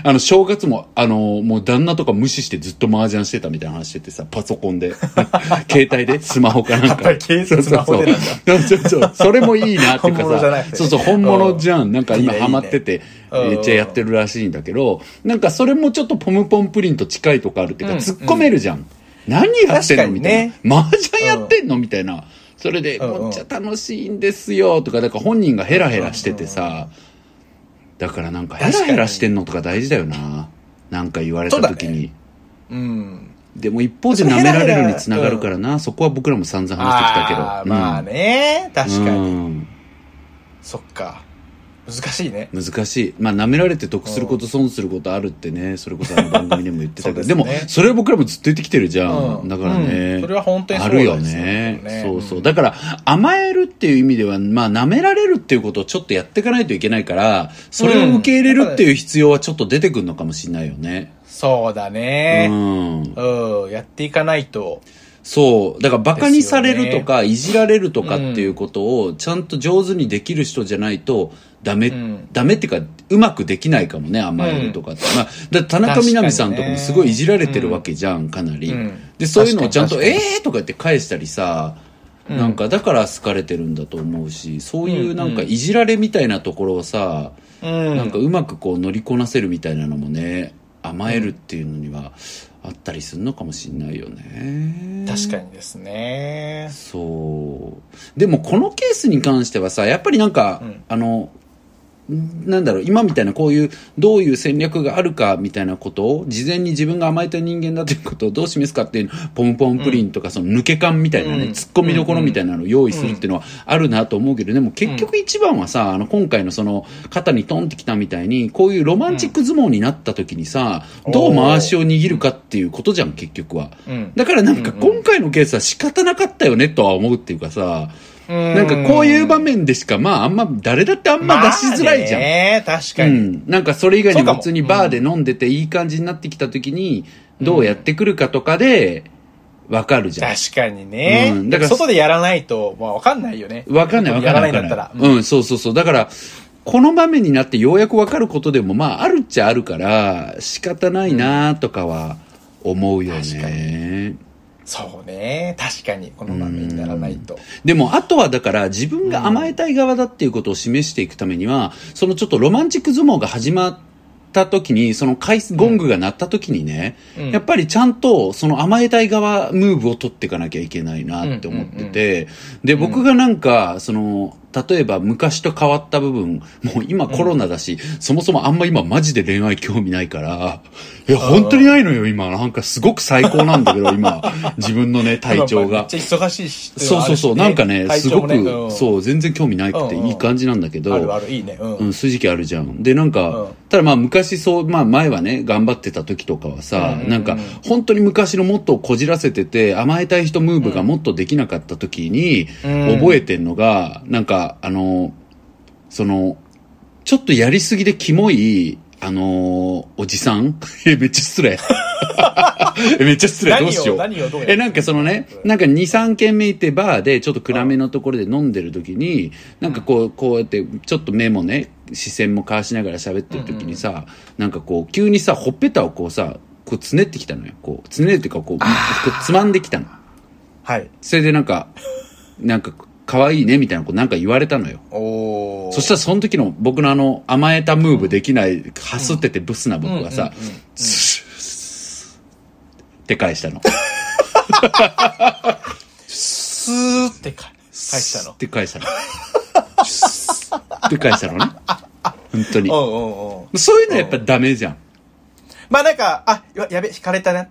Speaker 2: あの、正月も、あの、もう旦那とか無視してずっと麻雀してたみたいな話しててさ、パソコンで、 携帯で、スマホかなんか。
Speaker 1: やっぱり携帯スマホでなんだ
Speaker 2: そうそうそう。そうそうそうそれもいいなっていうかさ、
Speaker 1: 本物じゃなくて
Speaker 2: そうそう、本物じゃん。なんか今
Speaker 1: いいねいいね
Speaker 2: ハマってて、
Speaker 1: うん
Speaker 2: めっちゃやってるらしいんだけど、なんかそれもちょっとポムポンプリンと近いとこあるっていうか、
Speaker 1: うん
Speaker 2: 突っ込めるじゃん。何やってんのみたい
Speaker 1: 確
Speaker 2: な。麻雀やってんのみたいな。それで、
Speaker 1: うんうん
Speaker 2: もっちゃ楽しいんですよ、とか、だから本人がヘラヘラしててさ、だからなんかヘラヘラしてんのとか大事だよな。なんか言われた時に。
Speaker 1: うん。
Speaker 2: でも一方で舐められるにつながるからな、そこは僕らも散々話してきたけど。
Speaker 1: あーまあね。確
Speaker 2: うん
Speaker 1: かに。
Speaker 2: うん
Speaker 1: そっか。難しいね。
Speaker 2: 難しい。まあ、舐められて得すること、損することあるってね、それこそあの番組でも言ってたけど、
Speaker 1: そう
Speaker 2: で
Speaker 1: ですね
Speaker 2: も、それは僕らもずっと言ってきてるじゃん。
Speaker 1: うん
Speaker 2: だからね、
Speaker 1: うんそれは本当にそ
Speaker 2: あ
Speaker 1: うだ
Speaker 2: る
Speaker 1: よ
Speaker 2: よね
Speaker 1: そうだよね
Speaker 2: そうそう。
Speaker 1: うん
Speaker 2: だから、甘えるっていう意味では、まあ、舐められるっていうことをちょっとやっていかないといけないから、それを受け入れるっていう必要はちょっと出てくるのかもしれないよね。
Speaker 1: そうだ
Speaker 2: う
Speaker 1: ね。
Speaker 2: ん。
Speaker 1: うん。やっていかないと。
Speaker 2: そう。だからバカにされるとか、いじられるとかっていうことを、ちゃんと上手にできる人じゃないと、ダメ、
Speaker 1: ん
Speaker 2: ダメっていうか、うまくできないかもね、甘えるとかって。まあ、だ田中みな実さんとかもすごいいじられてるわけじゃん、かなり。
Speaker 1: うん
Speaker 2: で、そういうのをちゃんと、
Speaker 1: 確かに
Speaker 2: えーとか言って返したりさ、なんかだから好かれてるんだと思うし、そういうなんかいじられみたいなところをさ、
Speaker 1: うん。
Speaker 2: なんかうまくこう乗りこなせるみたいなのもね、甘えるっていうのにはあったりするのかもしれないよね。
Speaker 1: 確かにですね。
Speaker 2: そう。でもこのケースに関してはさ、やっぱりなんか、
Speaker 1: うん
Speaker 2: あの、んなんだろう、今みたいなこういう、どういう戦略があるかみたいなことを、事前に自分が甘えた人間だということをどう示すかっていう、ポンポンプリンとか、その抜け感みたいなね、
Speaker 1: うん
Speaker 2: 突っ込みどころみたいなのを用意するっていうのはあるなと思うけど、でも結局一番はさ、あの、今回のその、肩にトンってきたみたいに、こういうロマンチック相撲になった時にさ、
Speaker 1: うん
Speaker 2: どう回しを握るかっていうことじゃん、結局は。
Speaker 1: うん。
Speaker 2: だからなんか
Speaker 1: うんうん
Speaker 2: 今回のケースは仕方なかったよねとは思うっていうかさ、
Speaker 1: な
Speaker 2: なんかこういう場面でしかまああんま誰だってあんま出しづらいじゃん。
Speaker 1: ね確か
Speaker 2: う
Speaker 1: に。
Speaker 2: ん。なんかそれ以外に
Speaker 1: そうか
Speaker 2: も
Speaker 1: も
Speaker 2: 普通にバーで飲んでていい感じになってきた時にどうやってくるかとかでわかるじゃん。
Speaker 1: 確かにね
Speaker 2: うんだから。
Speaker 1: 外でやらないと、まあわかんないよね。
Speaker 2: わかんないわかんない。
Speaker 1: やらないんだったら
Speaker 2: うん、そうそうそう。だから、この場面になってようやくわかることでも、まあ、あるっちゃあるから、仕方ないなとかは思うよ
Speaker 1: 確か
Speaker 2: ね。
Speaker 1: そうね。確かに、この場面にならないと。
Speaker 2: でも、あとはだから、自分が甘えたい側だっていうことを示していくためには、そのちょっとロマンチック相撲が始まった時に、その回数ゴングが鳴った時にね、
Speaker 1: うん
Speaker 2: やっぱりちゃんと、その甘えたい側ムーブを取っていかなきゃいけないなって思ってて、で、僕がなんか、その、例えば昔と変わった部分、もう今コロナだし、そもそもあんま今マジで恋愛興味ないから、いや、本当にないのよ、今。なんかすごく最高なんだけど、今、自分 のね、体調
Speaker 1: まあめ
Speaker 2: が
Speaker 1: っ。ちゃ忙しいし。
Speaker 2: そうそうそう、なんかね、すごく、
Speaker 1: う
Speaker 2: そう、全然興味ないくて
Speaker 1: うんうん
Speaker 2: いい感じなんだけ
Speaker 1: ん。ある
Speaker 2: ど、
Speaker 1: ある、いいね。うん。
Speaker 2: うん、筋気あるじゃん。で、なん
Speaker 1: うん
Speaker 2: か、ただまあ昔そう、まあ前はね、頑張ってた時とかは
Speaker 1: うん
Speaker 2: さ
Speaker 1: うんう、ん
Speaker 2: なんか、本当に昔のもっとこじらせてて、甘えたい人ムーブがもっとできなかった時に、
Speaker 1: うん
Speaker 2: 覚えてんのが、なんか、あの、その、ちょっとやりすぎでキモい、あの、おじさん え、めっちゃ失礼。えめっちゃ失礼。どうしよう。
Speaker 1: 何をどうや
Speaker 2: え、なんかそのね、なんか2、3軒目行ってバーでちょっと暗めのところで飲んでる時に、なんかこう、こうやってちょっと目もね、視線も交わしながら喋ってる時にさ、なんかこう、急にさ、ほっぺたをこうさ、こうつねってきたのよ。こう、つねるっていうかこう、こうつまんできたの。
Speaker 1: はい。
Speaker 2: それでなんか、なんか、可愛いねみたいなことなんか言われたのよ。
Speaker 1: おー。
Speaker 2: そしたらその時の僕のあの、甘えたムーブできない、はすっててブスな僕がさ
Speaker 1: うんうんうんうん、
Speaker 2: スースーって返したの。
Speaker 1: スーってか返したの
Speaker 2: っ。て返したの。って返したのね。本当に。
Speaker 1: うんうんうん。
Speaker 2: そういうのはやっぱダメじゃん。
Speaker 1: まあなんか、あ、ややべ、引かれたなっ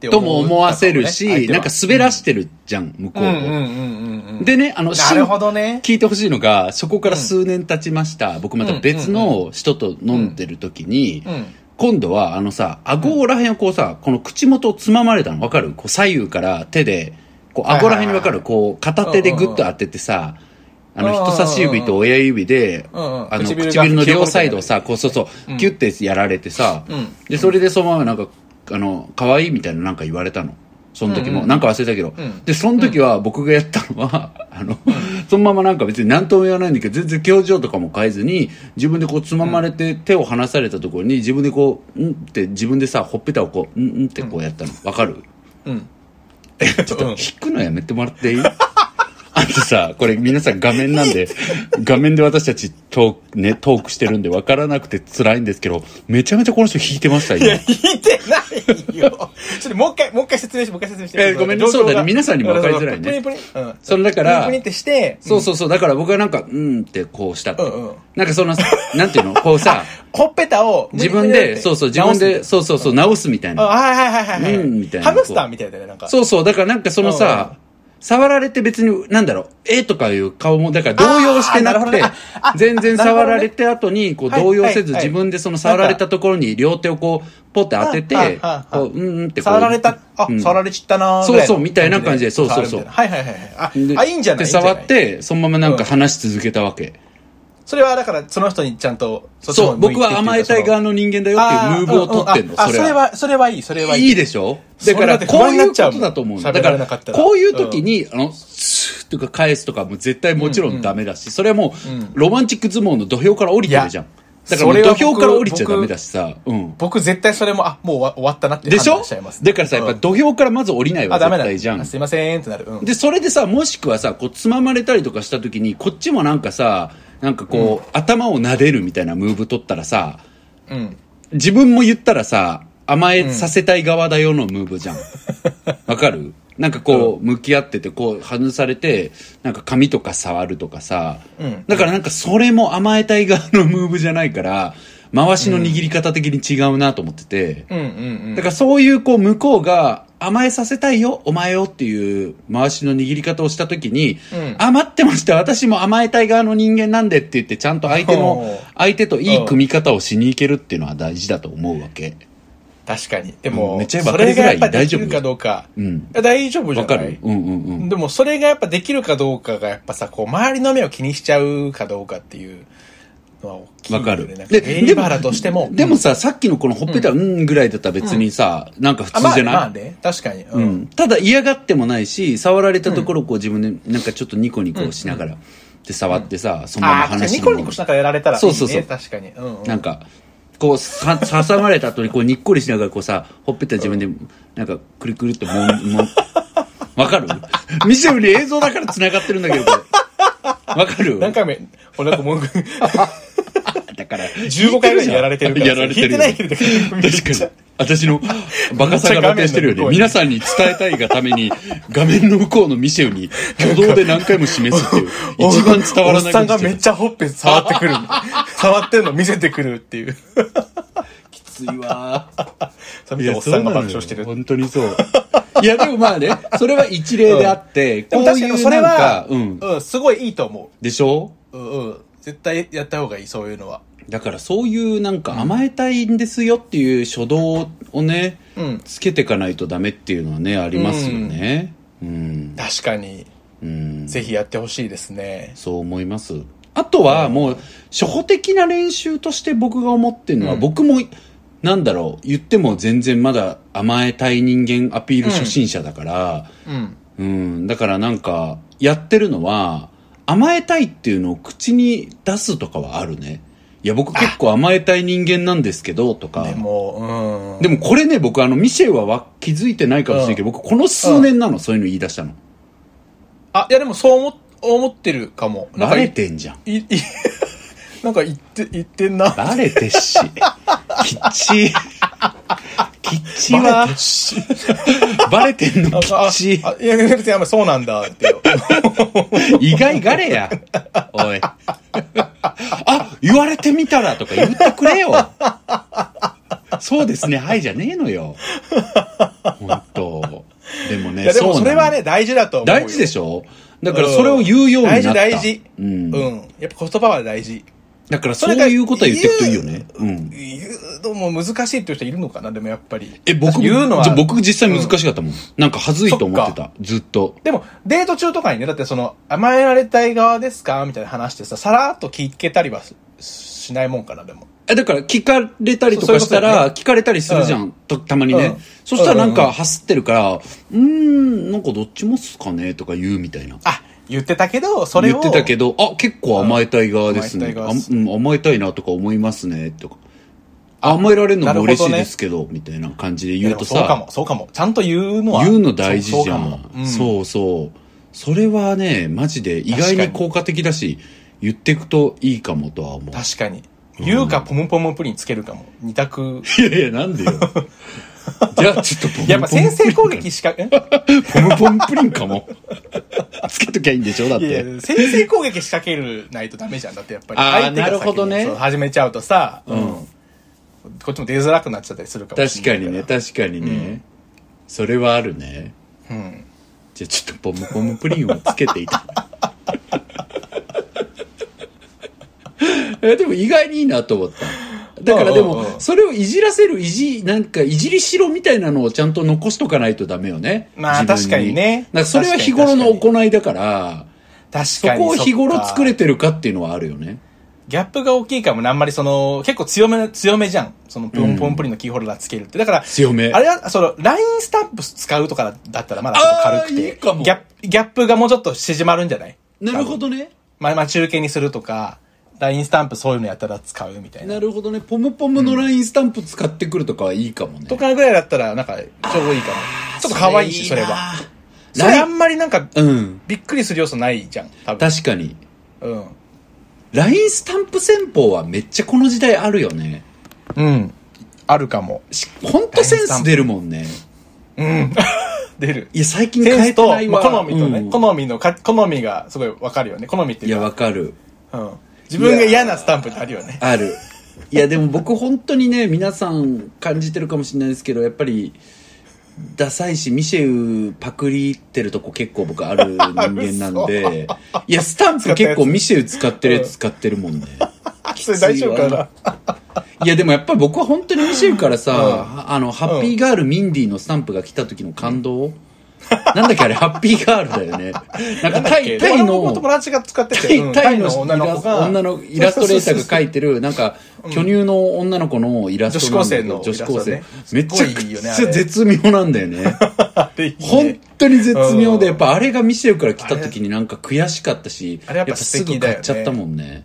Speaker 1: て
Speaker 2: とも思わせる
Speaker 1: 思ったかもね
Speaker 2: し、
Speaker 1: 相手は
Speaker 2: なんか滑らしてるじゃん、向こ
Speaker 1: う
Speaker 2: うん
Speaker 1: う
Speaker 2: を。
Speaker 1: んうんうんうん。
Speaker 2: でね、あの、
Speaker 1: なるほどね。
Speaker 2: 聞いてほしいのが、そこから数年経ちました。僕また別の人と飲んでる時に
Speaker 1: う、ん。
Speaker 2: 今度はあのさ、顎ら辺をこうさ、この口元をつままれたのわかるこう左右から手で、こう顎ら辺にわかるこう片手でグッと当ててさ、あの人差し指と親指で、
Speaker 1: うんうん
Speaker 2: あの
Speaker 1: 唇が
Speaker 2: 唇の両サイドをさ、こうそうそう、キュッてやられてさ
Speaker 1: うん、
Speaker 2: で、それでそのままなんか、あの、可愛いみたいななんか言われたの。その時
Speaker 1: うんう
Speaker 2: も。
Speaker 1: ん
Speaker 2: なんか忘れたけど
Speaker 1: ん。
Speaker 2: で、その時は僕がやったのは、 あの、そのままなんか別に何とも言わないんだけど、全然表情とかも変えずに、自分でこうつままれて手を離されたところに、自分でこう、んって自分でさ、ほっぺたをこう、んんってこうやったの。わかる
Speaker 1: うん。
Speaker 2: えちょっ と引くのやめてもらっていい あんたさ、これ皆さん画面なん で、画面で私たちトーク、ね、トークしてるんで分からなくて辛いんですけど、めちゃめちゃこの人引いてました、
Speaker 1: いや、
Speaker 2: 今。
Speaker 1: 引いてないよ。ちょっともう一回、もう一回説明して、もう一回説明して。
Speaker 2: えーごめんね
Speaker 1: 状況が
Speaker 2: そうだね皆さんにも分かりづらいね
Speaker 1: プニプニ。うん。
Speaker 2: そのだから
Speaker 1: プニプニってして、
Speaker 2: そうそうそう、だから僕はなんか、うんってこうしたって。
Speaker 1: うんうん
Speaker 2: なんかその、なんていうのこう さ、
Speaker 1: ほっぺたを、
Speaker 2: 自分
Speaker 1: プニプニっ
Speaker 2: で、
Speaker 1: て
Speaker 2: そうそう、自分
Speaker 1: 直
Speaker 2: で、
Speaker 1: す
Speaker 2: そうそうそう、直すみたい
Speaker 1: あ、
Speaker 2: な。
Speaker 1: はいはいはいはい。
Speaker 2: うんみたいな
Speaker 1: ハムスターみたいだね、なんか。
Speaker 2: そうそう、だからなんかそのさ、触られて別に、なんだろう、えーとかいう顔も、だから動揺してなくて
Speaker 1: あーなるほどねああ、
Speaker 2: 全然
Speaker 1: なるほ
Speaker 2: 触
Speaker 1: どね
Speaker 2: られて後に、こう
Speaker 1: はい
Speaker 2: 動揺せず
Speaker 1: はいはい
Speaker 2: 自分でその触られたところに両手をこう、ポッて当てて
Speaker 1: ああ、あ
Speaker 2: こう、うんうんってこう。
Speaker 1: 触られた、あ、
Speaker 2: うん
Speaker 1: 触られちったなー
Speaker 2: そう
Speaker 1: ぐらいの
Speaker 2: そうみたいな感じでそうそうそう
Speaker 1: 触るみたいなはいはいはいはい。
Speaker 2: で
Speaker 1: あ、あ、いいんじゃない
Speaker 2: で、触っ。
Speaker 1: いいんじゃない
Speaker 2: て、そのままなんか話し続けたわけ。
Speaker 1: それはだから、その人にちゃんと、そっちの
Speaker 2: そ
Speaker 1: 方
Speaker 2: う、
Speaker 1: 向いて
Speaker 2: 僕は甘えたい側の人間だよっていうムーブを取ってんの、
Speaker 1: あーうんうんああ
Speaker 2: そ
Speaker 1: そ
Speaker 2: れ
Speaker 1: れ
Speaker 2: は。
Speaker 1: は、それはいい、それはいい。
Speaker 2: いいでしょだか
Speaker 1: それだ
Speaker 2: ら、
Speaker 1: って
Speaker 2: こういうこと
Speaker 1: 不安になっちゃうもん
Speaker 2: だと思うの。だ
Speaker 1: 喋
Speaker 2: から
Speaker 1: なかった
Speaker 2: ら、
Speaker 1: ら
Speaker 2: こういう時に、あの、スーッとか返すとかも絶対もちろんダメだし、それはもう、ロマンチック相撲の土俵から降りてるじゃん
Speaker 1: い。
Speaker 2: だからも
Speaker 1: そうれは
Speaker 2: 土
Speaker 1: 僕
Speaker 2: 俵から降りちゃダメだしさ、うん。
Speaker 1: 僕絶対それも、あ、もう終わ終わったなって
Speaker 2: でし
Speaker 1: 判
Speaker 2: ょ
Speaker 1: 断しちゃいます。
Speaker 2: だからさ、やっぱ
Speaker 1: うん
Speaker 2: 土俵からまず降りないわ、
Speaker 1: あ、ダ
Speaker 2: 絶
Speaker 1: メだ。
Speaker 2: 対じゃ
Speaker 1: あ
Speaker 2: ん。
Speaker 1: すいませんってなる。うん。
Speaker 2: で、それでさ、もしくはさ、こう、つままれたりとかした時に、こっちもなんかさ、なんかこう、頭を撫でるみたいなムーブ取ったらさ、
Speaker 1: うん。
Speaker 2: 自分も言ったらさ、甘えさせたい側だよのムーブじゃん。 わ、かるなんかこう、向き合ってて、こう、外されて、なんか髪とか触るとかさ、
Speaker 1: うん
Speaker 2: だからなんかそれも甘えたい側のムーブじゃないから、回しの握り方的に違うなと思ってて、
Speaker 1: うんうんうん。
Speaker 2: だからそういうこう向こうが甘えさせたいよ、お前をっていう回しの握り方をした時に、
Speaker 1: うん
Speaker 2: あ、待ってました、私も甘えたい側の人間なんでって言って、ちゃんと相手
Speaker 1: お
Speaker 2: の
Speaker 1: う、
Speaker 2: 相手といい組み方をしに行けるっていうのは大事だと思うわけ。
Speaker 1: 確かに。で
Speaker 2: うん
Speaker 1: も
Speaker 2: めっ、ちゃ分
Speaker 1: そ
Speaker 2: かり
Speaker 1: れ
Speaker 2: づ
Speaker 1: が
Speaker 2: ら
Speaker 1: や
Speaker 2: い
Speaker 1: っぱできるかどうか。
Speaker 2: うん
Speaker 1: いや大丈夫じゃ
Speaker 2: わ
Speaker 1: な
Speaker 2: か
Speaker 1: い
Speaker 2: るうんうんうん。
Speaker 1: でもそれがやっぱできるかどうかがやっぱさ、こう周りの目を気にしちゃうかどうかっていうのは大きいよ
Speaker 2: わ
Speaker 1: ね。
Speaker 2: かる。
Speaker 1: で、ベバラとしても。
Speaker 2: でもさ、さっきのこのほっぺたうんぐらいだったら別にさ、なんか普
Speaker 1: あ
Speaker 2: 通じゃ
Speaker 1: ま
Speaker 2: な
Speaker 1: あ
Speaker 2: い、
Speaker 1: まあね、確かに。う。
Speaker 2: うんんただ嫌がってもないし、触られたところをこう自分でなんかちょっとニコニコしながら、って触ってさ、そのまま
Speaker 1: ああ、確かに
Speaker 2: 話
Speaker 1: ニ
Speaker 2: に
Speaker 1: コニコしながらやられたらいいね。
Speaker 2: そうそうそう
Speaker 1: 確かに。うん、うん。
Speaker 2: なんか、こう、さ、挟まれた後に、こう、にっこりしながら、こうさ、ほっぺた自分で、なんか、くるくるっともん、もん、わかる見せるに映像だから繋がってるんだけど、これわかる
Speaker 1: 何回目俺なんかも う、
Speaker 2: だから、
Speaker 1: 15回ぐらいやられてるから
Speaker 2: やられてるよ。
Speaker 1: 聞いてないけど
Speaker 2: 確かに。私のバカさが露呈してるよね。皆さんに伝えたいがために、画面の向こうのミシェウに挙動で何回も示すっていう、一番伝わら
Speaker 1: お
Speaker 2: な
Speaker 1: っ
Speaker 2: い
Speaker 1: さ
Speaker 2: こ
Speaker 1: ん
Speaker 2: と
Speaker 1: が
Speaker 2: して
Speaker 1: めっ
Speaker 2: る。
Speaker 1: ちゃほっぺ触って くる。触ってんの見せてくるっていう。
Speaker 2: きついわー。
Speaker 1: それ見ておっさんが爆笑してる。
Speaker 2: 本当にそう。 いや、でもまあね、それは一例であって、
Speaker 1: で
Speaker 2: こ
Speaker 1: も
Speaker 2: う
Speaker 1: 確
Speaker 2: い
Speaker 1: かに
Speaker 2: う
Speaker 1: それ
Speaker 2: なん
Speaker 1: は
Speaker 2: か、、うん。
Speaker 1: うん、すごいいいと思
Speaker 2: でしょ
Speaker 1: う。うん、うん。絶対やった方がいい、そういうのは。
Speaker 2: だからそういうなんか甘えたいんですよっていう初動をね、
Speaker 1: うん
Speaker 2: つけていかないとダメっていうのはね、ありますよね。うん。
Speaker 1: 確かに、
Speaker 2: うん。
Speaker 1: ぜひやってほしいですね。
Speaker 2: そう思います。あとはもう、初歩的な練習として僕が思ってるのは、
Speaker 1: うん
Speaker 2: 僕も、なんだろう、言っても全然まだ甘えたい人間アピール初心者だから、
Speaker 1: うん。
Speaker 2: うん、だからなんか、やってるのは、甘えたいっていうのを口に出すとかはあるね。いや、僕結構甘えたい人間なんですけど、とか。
Speaker 1: で
Speaker 2: でも、
Speaker 1: も、うん。
Speaker 2: これね、僕あの、ミシェルはわ気づいてないかもしれないけど、僕この数年なの、そういうの言い出したの。
Speaker 1: あ、いやでもそう思っ思ってるかも。なん
Speaker 2: バ
Speaker 1: か
Speaker 2: レ
Speaker 1: い、
Speaker 2: てんじゃん。
Speaker 1: い、い、 なんか言って、言ってんな。
Speaker 2: バレてっし。 きっち。きっち
Speaker 1: バ
Speaker 2: は
Speaker 1: レ、てし
Speaker 2: バレてんのき
Speaker 1: あ
Speaker 2: っち。
Speaker 1: あいや、別にあんまそうなんだって。
Speaker 2: 意外がれや。おい。あ、言われてみたらとか言ってくれよ。そうですね、はいじゃねえのよ。本当。でもね、
Speaker 1: いや、でも
Speaker 2: うなの
Speaker 1: それはね、大事だと思うよ。
Speaker 2: 大事でしょだからそれを言うようになった。
Speaker 1: うん大事大事
Speaker 2: うん。
Speaker 1: うん。やっぱ言葉は大事。
Speaker 2: だからそういうことは言ってくといいよね。う。
Speaker 1: 言うんのも難しいっていう人いるのかな、でもやっぱり。
Speaker 2: え、僕、
Speaker 1: 言うのは
Speaker 2: じゃあ僕実際難しかったもん。なんか恥ずいと思って。
Speaker 1: そった
Speaker 2: ずっと。
Speaker 1: でも、デート中とかにね、だってその、甘えられたい側ですかみたいな話してさ、さらっと聞けたりはししないもんかな、でも。
Speaker 2: え、だから聞かれたりとかした
Speaker 1: そうそういうことだ
Speaker 2: ら、
Speaker 1: よ
Speaker 2: 聞かれたりするじゃ、
Speaker 1: うん
Speaker 2: とたまに
Speaker 1: うん
Speaker 2: ね。そしたらなん
Speaker 1: うんう
Speaker 2: か、はすってるから、うーん、なんかどっちもっすかねとか言うみたいな。
Speaker 1: あ、言ってたけど、それ
Speaker 2: 言
Speaker 1: を。
Speaker 2: ってたけど、あ、結構甘えたい側ですね。
Speaker 1: うん甘
Speaker 2: あ
Speaker 1: えたい側っす
Speaker 2: うん甘えたいなとか思いますね、とか。甘えられるのも嬉しいですけど、みたいな感じで言うと
Speaker 1: いやそうか
Speaker 2: さ、
Speaker 1: も、そうかも。ちゃんと言うのは。
Speaker 2: 言うの大事じゃ
Speaker 1: そうそうかもうん
Speaker 2: ん。そうそう。それはね、マジで意外に効果的だし、言っていくといいかもとは思う。
Speaker 1: 確かに。言うか、ポムポムプリンつけるかも。二択。
Speaker 2: いやいや、なんで よ。じゃあ、ちょっとポムポム
Speaker 1: やっぱ先制攻撃しか、え
Speaker 2: ポムポンプリンかも。 つけときゃいいんでしょだっ
Speaker 1: いやい
Speaker 2: て。
Speaker 1: や先制攻撃仕掛けるないとダメじゃん。だってやっぱり。
Speaker 2: あー
Speaker 1: 相手が先に
Speaker 2: なるほどね
Speaker 1: そう始めちゃうとさ、うんこっちも出づらくなっちゃったりするかもし
Speaker 2: 確か
Speaker 1: れない
Speaker 2: にね、
Speaker 1: か
Speaker 2: 確かにね。それはあるね。
Speaker 1: ら。うん。
Speaker 2: じゃあちょっとポムポムプリンをつけていた。 えでも意外にいいなと思った。だからで
Speaker 1: うんうんう
Speaker 2: も、
Speaker 1: ん
Speaker 2: それをいじらせる、いじ、なんか、いじりしろみたいなのをちゃんと残しとかないとダメよね。
Speaker 1: まあ
Speaker 2: 自分
Speaker 1: 確かにね
Speaker 2: なんかそれは日頃の
Speaker 1: 確か
Speaker 2: 行いだから、
Speaker 1: 確
Speaker 2: そ
Speaker 1: かに。
Speaker 2: こを日頃作れ
Speaker 1: そっか
Speaker 2: てるかっていうのはあるよね。
Speaker 1: ギャップが大きいかもね。あんまりその、結構強め、強めじゃん。その、ポンポンプリンのキーホルダーつけるって。だから、
Speaker 2: 強め。
Speaker 1: あれは、その、ラインスタンプ使うとかだったらまだちょっと軽く
Speaker 2: あー
Speaker 1: て。
Speaker 2: いいかも
Speaker 1: ギャップ、ギャップがもうちょっと縮まるんじゃない
Speaker 2: なるほどね。
Speaker 1: まあ、待ち受けにするとか、ラインスタンプそういうのやったら使うみたいな。
Speaker 2: なるほどね。ポムポムのラインスタンプ使ってくるとかはいいかもね。
Speaker 1: とかぐらいだったら、なんか、ちょうどいいかな。ちょっと可愛いし、それは。。それ
Speaker 2: ラ
Speaker 1: あ
Speaker 2: イン、
Speaker 1: んまりなんか、
Speaker 2: うん。
Speaker 1: びっくりする要素ないじゃん、多分。
Speaker 2: 確かに。
Speaker 1: うん。
Speaker 2: ラインスタンプ戦法はめっちゃこの時代あるよね。
Speaker 1: うん。あるかも。
Speaker 2: しほんとセンス出るもんね。
Speaker 1: うん。 出る。
Speaker 2: いや、最近
Speaker 1: セン
Speaker 2: 変え
Speaker 1: ス
Speaker 2: て
Speaker 1: と、
Speaker 2: ない
Speaker 1: ま
Speaker 2: わ。
Speaker 1: あ好みとね、
Speaker 2: うん
Speaker 1: 好みのか、好みがすごいわかるよね。好みって
Speaker 2: い
Speaker 1: い
Speaker 2: や、
Speaker 1: う
Speaker 2: わかる。
Speaker 1: か、うん。自分が嫌なスタンプってあるよね。
Speaker 2: ある。いや、でも僕本当にね、皆さん感じてるかもしれないですけど、やっぱり、ダサいし、ミシェウパクリってるとこ結構僕ある人間なんで、いや、スタンプ結構ミシェウ使ってるやつ使ってるもんね。
Speaker 1: それ大丈夫かない
Speaker 2: や、でもやっぱり僕は本当にミシェウからさ、あの、ハッピーガールミンディのスタンプが来た時の感動、なんだっけあれ、ハッピーガールだよね。なんかタイ、タ
Speaker 1: 俺
Speaker 2: イ
Speaker 1: も
Speaker 2: の
Speaker 1: 友、達が使って
Speaker 2: タ
Speaker 1: て、う
Speaker 2: イ
Speaker 1: ん
Speaker 2: タ
Speaker 1: タイ
Speaker 2: イの
Speaker 1: の女の子が、
Speaker 2: イラス女のイラストレーターが描いてる、なんか、巨乳の女の子のイラストなんだけど
Speaker 1: 女子高生のイラストね
Speaker 2: 女子高生。め
Speaker 1: すっごいいい
Speaker 2: ち
Speaker 1: よ
Speaker 2: ゃく
Speaker 1: ね
Speaker 2: ち
Speaker 1: あ
Speaker 2: ゃ
Speaker 1: れ
Speaker 2: 絶妙なんだよね。
Speaker 1: あれい いね
Speaker 2: 本当に絶妙で、
Speaker 1: う
Speaker 2: や
Speaker 1: ん
Speaker 2: っぱあれがミシェルから来た時になんか悔しかったし、
Speaker 1: あれやっぱ
Speaker 2: す
Speaker 1: 素
Speaker 2: ぐ
Speaker 1: 敵だ
Speaker 2: 買
Speaker 1: よね
Speaker 2: っちゃったもんね。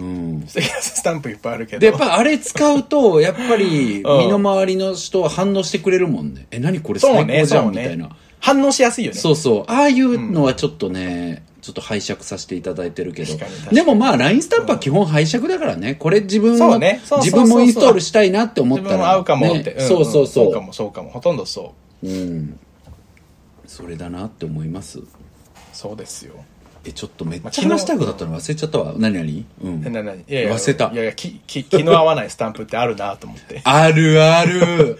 Speaker 2: うん。
Speaker 1: 素敵なスタンプいっぱいあるけど。
Speaker 2: で、やっぱあれ使うと、やっぱり
Speaker 1: うん
Speaker 2: 身の回りの人は反応してくれるもんね。え、何これ最
Speaker 1: そう
Speaker 2: 高
Speaker 1: ね、
Speaker 2: じゃ
Speaker 1: そ
Speaker 2: ん
Speaker 1: う
Speaker 2: みたい
Speaker 1: ね
Speaker 2: な。。
Speaker 1: 反応しやすいよね。
Speaker 2: そうそう。ああいうのはちょっとね、ちょっと拝借させていただいてるけど
Speaker 1: 確かに確。かに
Speaker 2: でもまあ、LINE スタンプは基本拝借だからね。これ自分
Speaker 1: そ
Speaker 2: は、
Speaker 1: うねそうそう
Speaker 2: 自
Speaker 1: そうそう
Speaker 2: 分もインストールしたいなって思っ
Speaker 1: 自
Speaker 2: たら。
Speaker 1: 分も合うかもって。
Speaker 2: ね
Speaker 1: んん
Speaker 2: そうそう
Speaker 1: そう
Speaker 2: そ
Speaker 1: かも、そうかも。ほとんどそう。
Speaker 2: う。うん。それだなって思います。
Speaker 1: そうですよ。
Speaker 2: え、ちょっとめっ
Speaker 1: まあ
Speaker 2: ちゃ
Speaker 1: 昨日
Speaker 2: 話したいことだったの忘れちゃったわ。何何う
Speaker 1: え
Speaker 2: ん。
Speaker 1: な、なに、いやいや
Speaker 2: 忘れた
Speaker 1: いやいや、き、き、気の合わないスタンプってあるなと思って。
Speaker 2: あるあ る。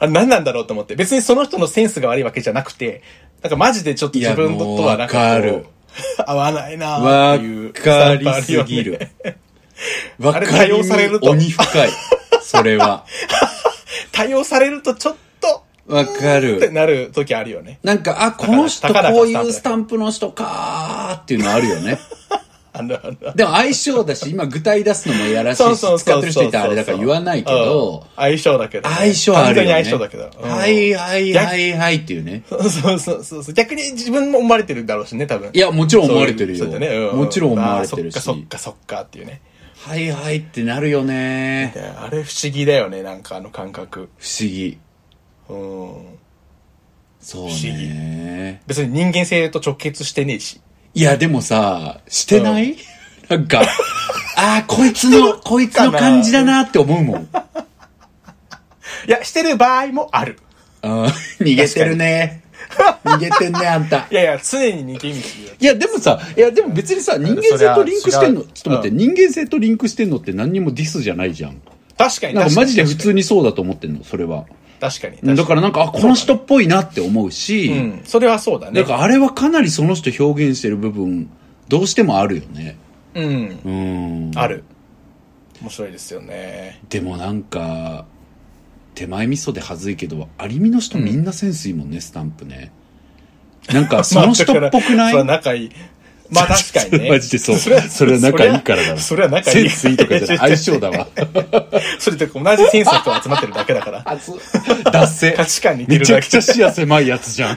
Speaker 1: あれ何なんだろうと思って。別にその人のセンスが悪いわけじゃなくて、なんかマジでちょっと自
Speaker 2: いや
Speaker 1: 分
Speaker 2: も
Speaker 1: と
Speaker 2: う
Speaker 1: とはなんかこう
Speaker 2: わかる。
Speaker 1: 合わないな
Speaker 2: わ
Speaker 1: っていうスタ
Speaker 2: か
Speaker 1: ンプあ
Speaker 2: り
Speaker 1: る
Speaker 2: す
Speaker 1: よね
Speaker 2: ぎる。。わか
Speaker 1: あ
Speaker 2: り
Speaker 1: れ多用されると
Speaker 2: 鬼深い。それは。
Speaker 1: 対応されるとちょっと、
Speaker 2: わか る。
Speaker 1: ってなる時あるよね。
Speaker 2: なんか、あ、この人
Speaker 1: たかだか
Speaker 2: こういうス
Speaker 1: ス
Speaker 2: タンプの人かーっていうのあるよ ね。
Speaker 1: あの、あの、
Speaker 2: でも相性だし、今具体出すのもやらしいし、使ってる人いたらあれだから言わないけど
Speaker 1: うん、相性だけどね、
Speaker 2: 相性あるよね。
Speaker 1: 完全に相性だけど。うん
Speaker 2: はいはいはいはいっていうね。
Speaker 1: そうそうそうそう。逆に自分も思われてるだろうしね、多分。
Speaker 2: いや、もちろん思われてるよ。
Speaker 1: そういう人ってねう
Speaker 2: もちろん思われてる
Speaker 1: あーそっかそっ
Speaker 2: し。
Speaker 1: かそっかっていうね。
Speaker 2: はいはいってなるよね
Speaker 1: い。やあれ不思議だよね、なんかあの感覚。
Speaker 2: 不思議。
Speaker 1: うん。
Speaker 2: そう
Speaker 1: 不思
Speaker 2: ね。
Speaker 1: 別に人間性と直結してねえし。
Speaker 2: いや、でもさ、してない、なん か、ああ、こいつの、こいつの感じだなって思うもん。
Speaker 1: いや、してる場合もある。
Speaker 2: あー逃げてるね。逃げてんね、あんた
Speaker 1: い。やいや、常に似てる道だよ
Speaker 2: いや、でもさ、いや、でも別にさ、人間性とリンクしてんの、ち
Speaker 1: そりゃ違う
Speaker 2: ょっと待って、人間性とリンクしてんのって何にもディスじゃないじゃん。
Speaker 1: 確かに確かに。
Speaker 2: なんかマジで普通にそうだと思ってんの、それは。
Speaker 1: 確かに。確かに。
Speaker 2: だからなんか、あ、この人っぽいなって思うし、
Speaker 1: うん。それはそうだね。
Speaker 2: だからあれはかなりその人表現してる部分、どうしてもあるよね。
Speaker 1: うん。
Speaker 2: うん。
Speaker 1: ある。面白いですよね。
Speaker 2: でもなんか、手前味噌で恥ずいけど、アリミの人みんなセンスいいもんね、スタンプね。なん か、その人っぽくない
Speaker 1: まあだからそれは仲いい。まあ確かに ね。
Speaker 2: マジでそう。それは仲いいからだわ
Speaker 1: それは仲い
Speaker 2: セン
Speaker 1: い。
Speaker 2: スいいとかじゃ ない。相性だわ。
Speaker 1: それと同じセンスの人が集まってるだけだから。
Speaker 2: 脱線。
Speaker 1: 価値観似て
Speaker 2: め
Speaker 1: る
Speaker 2: ちゃ
Speaker 1: だ
Speaker 2: く
Speaker 1: け。
Speaker 2: ちゃ視野狭いやつじ ゃん。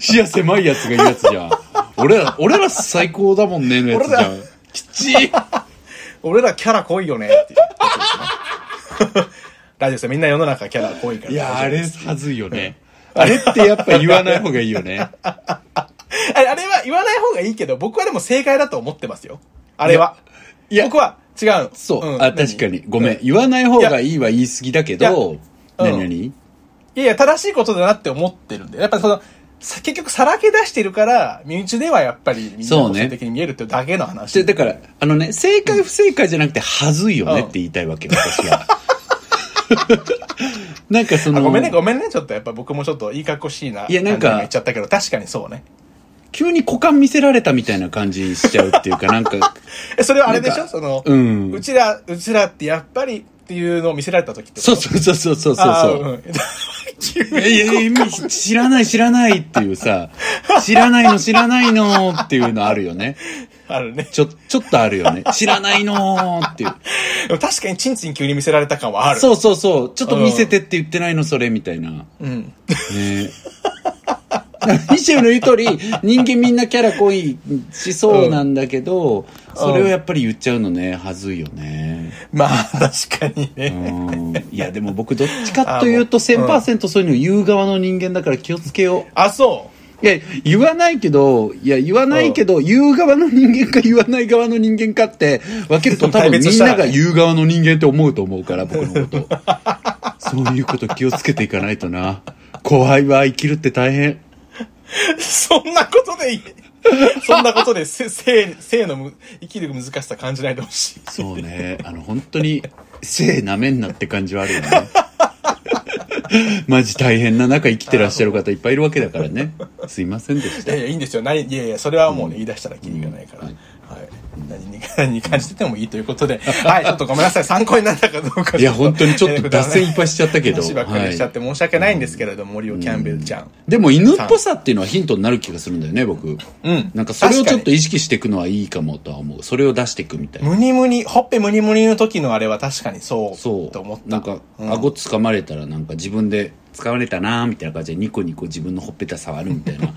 Speaker 2: 視野狭いやつがいいやつじゃん。俺ら、俺ら最高だもんねのやつじゃん
Speaker 1: 俺ら。
Speaker 2: きちい。
Speaker 1: 俺らキャラ濃いよねっていうことですね。 大丈夫ですよ。みんな世の中キャラ濃いから。
Speaker 2: いや、あ
Speaker 1: 大丈夫
Speaker 2: れ
Speaker 1: です
Speaker 2: はずいよね。あれってやっぱ言わない方がいいよね。
Speaker 1: あれあれは言わない方がいいけど、僕はでも正解だと思ってますよ。あれは。
Speaker 2: いや
Speaker 1: 僕は違うの。
Speaker 2: そう。
Speaker 1: ん
Speaker 2: あ、確かに。ごめん。
Speaker 1: う
Speaker 2: 言わない方がいいは言い過ぎだけど、
Speaker 1: いや
Speaker 2: 何
Speaker 1: うん
Speaker 2: 何
Speaker 1: いやいや、正しいことだなって思ってるんで。やっぱりその、さ結局さらけ出してるから、身内ではやっぱりみんな
Speaker 2: そう
Speaker 1: 個
Speaker 2: ね
Speaker 1: 性的に見えるっていうだけの話。
Speaker 2: でだから、あのね、正解不正解じゃなくて、はずいよね
Speaker 1: うん
Speaker 2: って言いたいわけ、私は。 なんかそ
Speaker 1: あ
Speaker 2: の、
Speaker 1: ごめんね、ごめんね。ちょっとやっぱ僕もちょっといい格好しいな。
Speaker 2: いやなんか
Speaker 1: 感じに言っちゃったけど、確かにそうね。
Speaker 2: 急に股間見せられたみたいな感じしちゃうって いうか、なんか、
Speaker 1: え、それはあれでし
Speaker 2: なん
Speaker 1: ょ
Speaker 2: か
Speaker 1: その、
Speaker 2: うん
Speaker 1: うちら、うちらってやっぱりっていうのを見せられた時ってこ
Speaker 2: そ
Speaker 1: と
Speaker 2: うそうそうそうそう
Speaker 1: あ
Speaker 2: そ
Speaker 1: ー
Speaker 2: う。
Speaker 1: うん急
Speaker 2: いや
Speaker 1: に
Speaker 2: いやいや、知らない知らないっていうさ、知らないの知らないのっていうのあるよね。
Speaker 1: あるね。
Speaker 2: ちょ、ちょっとあるよね。知らないのっていう。
Speaker 1: でも確かにチンチン急に見せられた感はある。
Speaker 2: そうそうそう。ちょっと見せてって言ってないの、それ、みたいな。
Speaker 1: うん。
Speaker 2: ね ミシェルの言う通り、人間みんなキャラ濃いしそうなんだけど、それをやっぱり言っちゃうのね、はずいよね。
Speaker 1: まあ、確かにね。
Speaker 2: うんいや、でも僕どっちかというと
Speaker 1: あもう
Speaker 2: 1000%そういうの言う側の人間だから気をつけよ
Speaker 1: あ、そう。
Speaker 2: う。いや、言わないけど、いや、言わないけど、言う側の人間か言わない側の人間かって分けると多分
Speaker 1: 対別
Speaker 2: みん
Speaker 1: したら
Speaker 2: な
Speaker 1: ね
Speaker 2: が言う側の人間って思うと思うから、僕のこと。そういうこと気をつけていかないとな。怖いわ、生きるって大変。
Speaker 1: そんなことでいい。そんなことでせ性、性のむ生きる難しさ感じないでほしい。
Speaker 2: そうね。あの、本当に、性なめんなって感じはあるよね。マジ大変な中生きてらっしゃる方いっぱいいるわけだからね。すいませんでし
Speaker 1: い
Speaker 2: た
Speaker 1: や。いや、いいんですよ。何、いやいや、それはもうね、言い出したらキリがないから。
Speaker 2: うん
Speaker 1: はい。何にか。に感じててもいいということで、はい、ちょっとごめんなさい、参考になったかどうか。
Speaker 2: いや、本当にちょっと脱線いっぱい
Speaker 1: し
Speaker 2: しちゃったけど。
Speaker 1: 話ばっかりしちゃ
Speaker 2: は
Speaker 1: って申し訳ないんですけれども、森尾キャンベルちゃん。
Speaker 2: い、でも犬っぽさっていうのはヒントになる気がするんだよね、僕。
Speaker 1: うん
Speaker 2: なんかそれを
Speaker 1: 確か
Speaker 2: ちょ
Speaker 1: に
Speaker 2: っと意識していくのはいいかもとは思う。それを出していくみたいな。
Speaker 1: ムニムニ、ほっぺムニムニの時のあれは確かにそう、
Speaker 2: そう。
Speaker 1: と思った。
Speaker 2: なんか、
Speaker 1: うん
Speaker 2: 顎掴まれたらなんか自分で掴まれたなーみたいな感じでニコニコ自分のほっぺた触るみたいな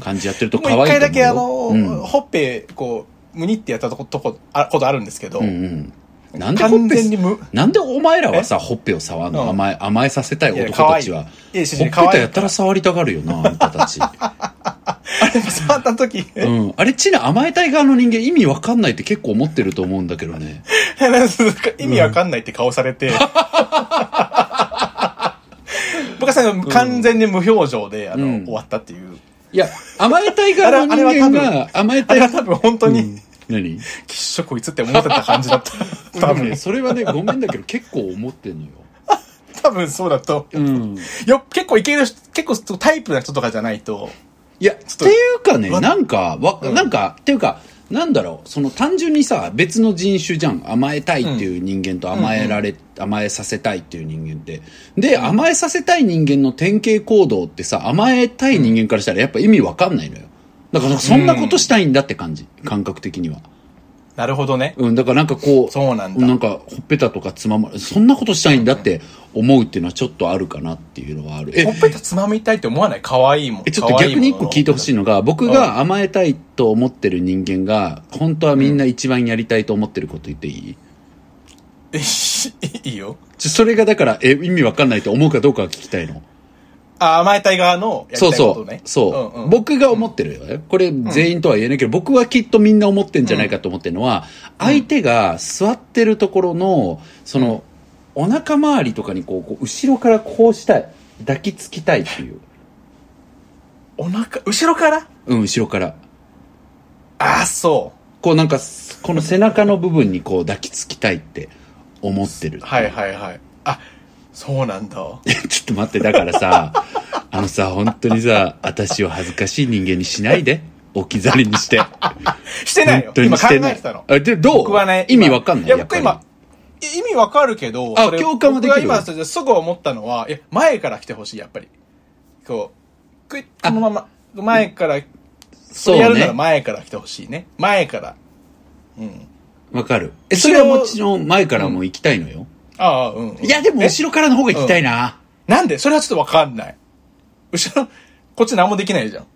Speaker 2: 感じやってると
Speaker 1: も
Speaker 2: 可
Speaker 1: う
Speaker 2: 愛いと思う
Speaker 1: 一
Speaker 2: よ。
Speaker 1: 回だけあの、
Speaker 2: うん
Speaker 1: ほっぺ、こう、ムニってやったとことこ、あことあるんですけど、
Speaker 2: うんうん。なんでほっ
Speaker 1: 完全に
Speaker 2: ぺ、
Speaker 1: む、
Speaker 2: なんでお前らはさ、ほっぺを触る
Speaker 1: うん
Speaker 2: の甘え、甘えさせたい
Speaker 1: いや
Speaker 2: 男たちは。ほ
Speaker 1: 可
Speaker 2: っ
Speaker 1: 愛いいやし
Speaker 2: ぺ
Speaker 1: 可愛
Speaker 2: た
Speaker 1: い
Speaker 2: やったら触りたがるよな、あんたたち。
Speaker 1: あれも触った時、
Speaker 2: うん。あれ、ちな甘えたい側の人間意味わかんないって結構思ってると思うんだけどね。
Speaker 1: 意味わかんないって顔されて、 僕はその完全に無表情で、あの、
Speaker 2: うん
Speaker 1: 終わったっていう。
Speaker 2: いや、甘えたい側の人
Speaker 1: あれ
Speaker 2: 間
Speaker 1: はあれは
Speaker 2: が、甘え
Speaker 1: あ
Speaker 2: たい
Speaker 1: れは多分本当
Speaker 2: う
Speaker 1: に、
Speaker 2: ん 何
Speaker 1: きっしょこいつって思ってた感じ だった。多
Speaker 2: でも
Speaker 1: 分
Speaker 2: ね、それはね、ごめんだけど結構思ってんのよ。
Speaker 1: 多分そうだと。
Speaker 2: うん。
Speaker 1: よ、結構いける人、結構タイプな人とかじゃないと、
Speaker 2: いや、っ
Speaker 1: と
Speaker 2: ていうかね、
Speaker 1: わ
Speaker 2: なんか、わ、
Speaker 1: うん
Speaker 2: なんか、っていうか、なんだろう、その単純にさ、別の人種じゃん。甘えたいっていう人間と甘えられ、甘えさせたいっていう人間って。で、甘えさせたい人間の典型行動ってさ、甘えたい人間からしたらやっぱ意味わかんないのよ。だから、そんなことしたいんだって感じ、感覚的には。
Speaker 1: なるほどね。
Speaker 2: うん、だからなんかこう、
Speaker 1: そうなんだ
Speaker 2: か、ほっぺたとかつまま、そんなことしたいんだって思うっていうのはちょっとあるかなっていうのはある。え
Speaker 1: ほっぺたつまみたいって思わない可愛いもん。
Speaker 2: えちょっと逆に一個聞いてほしい
Speaker 1: い。
Speaker 2: のが、僕が甘えたいと思ってる人間が、本当はみんな一番やりたいと思ってること言っていい、
Speaker 1: えい いよ。
Speaker 2: ちょそれがだから、え、意味わかんないと思うかどうかは聞きたいの。
Speaker 1: あ、甘えたい側のやりた
Speaker 2: そ
Speaker 1: いうこと
Speaker 2: そ
Speaker 1: ね。
Speaker 2: う。そう、
Speaker 1: んん
Speaker 2: 僕が思ってるよね。これ全員とは言えないけど、僕はきっとみんな思ってんじゃないかと思ってるのは、相手が座ってるところの、その、お腹周りとかにこう、こう後ろからこうしたい。抱きつきたいっていう。
Speaker 1: お腹、後ろから
Speaker 2: うん、後ろから。
Speaker 1: あ、そう。
Speaker 2: こうなんか、この背中の部分にこう抱きつきたいって思ってる。
Speaker 1: はいはいはい。あ、そうなん だ。
Speaker 2: ちょっと待って、だから さ、あのさ、本当にさ、私を恥ずかしい人間にしないで。置き去りにして。
Speaker 1: してない
Speaker 2: 本
Speaker 1: よ。
Speaker 2: 当に
Speaker 1: 今
Speaker 2: し
Speaker 1: 考
Speaker 2: てな
Speaker 1: え
Speaker 2: い
Speaker 1: てたの。。
Speaker 2: あで、どう
Speaker 1: 僕はね、
Speaker 2: 意
Speaker 1: 今
Speaker 2: 味わかんない。
Speaker 1: いや、僕
Speaker 2: やっぱ
Speaker 1: 今、い意味わかるけど、
Speaker 2: あ
Speaker 1: それ
Speaker 2: 共感はできる
Speaker 1: 僕が今、すぐ思ったのは、いや、前から来てほしい、やっぱり。こう、くいこのまま、前から、
Speaker 2: りそ
Speaker 1: そ
Speaker 2: う
Speaker 1: れやるな
Speaker 2: ね
Speaker 1: ら。前から来てほしいね。前から。うん。
Speaker 2: わかる。え、
Speaker 1: 後
Speaker 2: そ
Speaker 1: ろ
Speaker 2: れはもちろん前からも行きたいのよ。
Speaker 1: ああ、うん、うん
Speaker 2: いや、でも
Speaker 1: え
Speaker 2: 後ろからの方が行きたいな。
Speaker 1: なんでそれはちょっとわかんない。後ろ、こっち何もできないじゃん。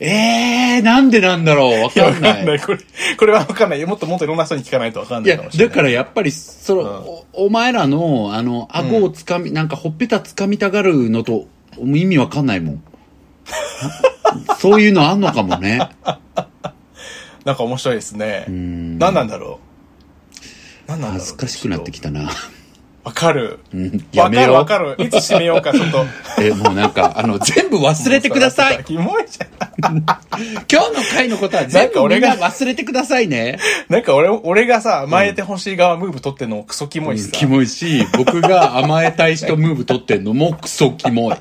Speaker 2: えー、なんでなんだろう。わ
Speaker 1: い
Speaker 2: か
Speaker 1: や、わ
Speaker 2: ん
Speaker 1: か
Speaker 2: なんい
Speaker 1: な。い。これ、これはわかんない。もっともっといろんな人に聞かないとわかん
Speaker 2: い
Speaker 1: ない
Speaker 2: や
Speaker 1: かも、しれ
Speaker 2: だ
Speaker 1: ない。
Speaker 2: からやっぱり、その、おお前らの、あの、顎をつかみ、なんかほっぺたつかみたがるのと、もう意味わかんないもん。 そういうのあんのかもね。
Speaker 1: なんか面白いですね。
Speaker 2: ん
Speaker 1: 何なんだろう。何なんだろう。
Speaker 2: 恥ずかしくなってきたな。
Speaker 1: わかる。
Speaker 2: うんやめよう
Speaker 1: わかるわかる。いつ閉めようか、ちょっと。
Speaker 2: え、もうなんか、あの、全部忘れてくだ さい。
Speaker 1: キモいじゃん。
Speaker 2: 今日の回のことは全部みんな忘れてくださいね。
Speaker 1: なんか俺、俺がさ、甘えてほしい側ムーブ取ってんのクソキモいしさ。
Speaker 2: キモいし、僕が甘えたい人ムーブ取ってんのもクソキ モい。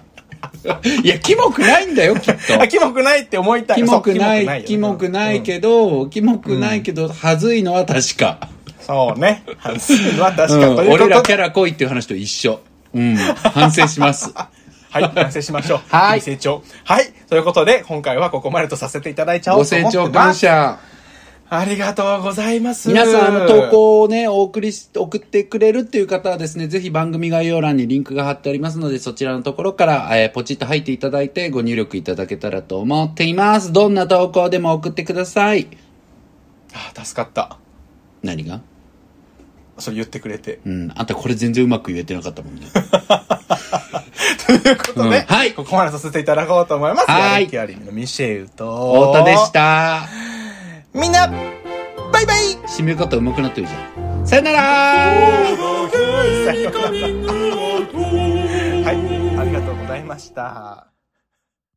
Speaker 2: いや、キモくないんだよ、きっと
Speaker 1: あ、。キモくないって思いたい。
Speaker 2: キモくな
Speaker 1: そう
Speaker 2: い、キモくない
Speaker 1: よ
Speaker 2: けど、キモくないけど、はずいのは確か。
Speaker 1: うんそうね。反省は確
Speaker 2: う
Speaker 1: か
Speaker 2: ん
Speaker 1: ということ
Speaker 2: 俺
Speaker 1: で
Speaker 2: らキャラ濃いっていう話と一緒。うん。反省します。
Speaker 1: はい、反省しましょう。
Speaker 2: はい
Speaker 1: 日々成長。はい。ということで、今回はここまでとさせていただいちゃお
Speaker 2: ご
Speaker 1: うと
Speaker 2: 清
Speaker 1: 思ってます。
Speaker 2: 聴感。謝。
Speaker 1: ありがとうございます。
Speaker 2: 皆さん、あの、投稿をね、お送りし、送ってくれるっていう方はですね、ぜひ番組概要欄にリンクが貼ってありますので、そちらのところから、えーポチッと入っていただいて、ご入力いただけたらと思っています。どんな投稿でも送ってください。
Speaker 1: あ、助かった。
Speaker 2: 何が
Speaker 1: それ言ってくれて。
Speaker 2: うん。あんたこれ全然うまく言えてなかったもんね。
Speaker 1: という ことで、
Speaker 2: うんはい
Speaker 1: ここまでさせていただこうと思います。
Speaker 2: はい
Speaker 1: やる気ありみのミシェウと、
Speaker 2: 太田でし。た。
Speaker 1: みんな、バイバイ
Speaker 2: 締め方上手くなってるじゃん。さよなら
Speaker 1: さようならはい、ありがとうございました。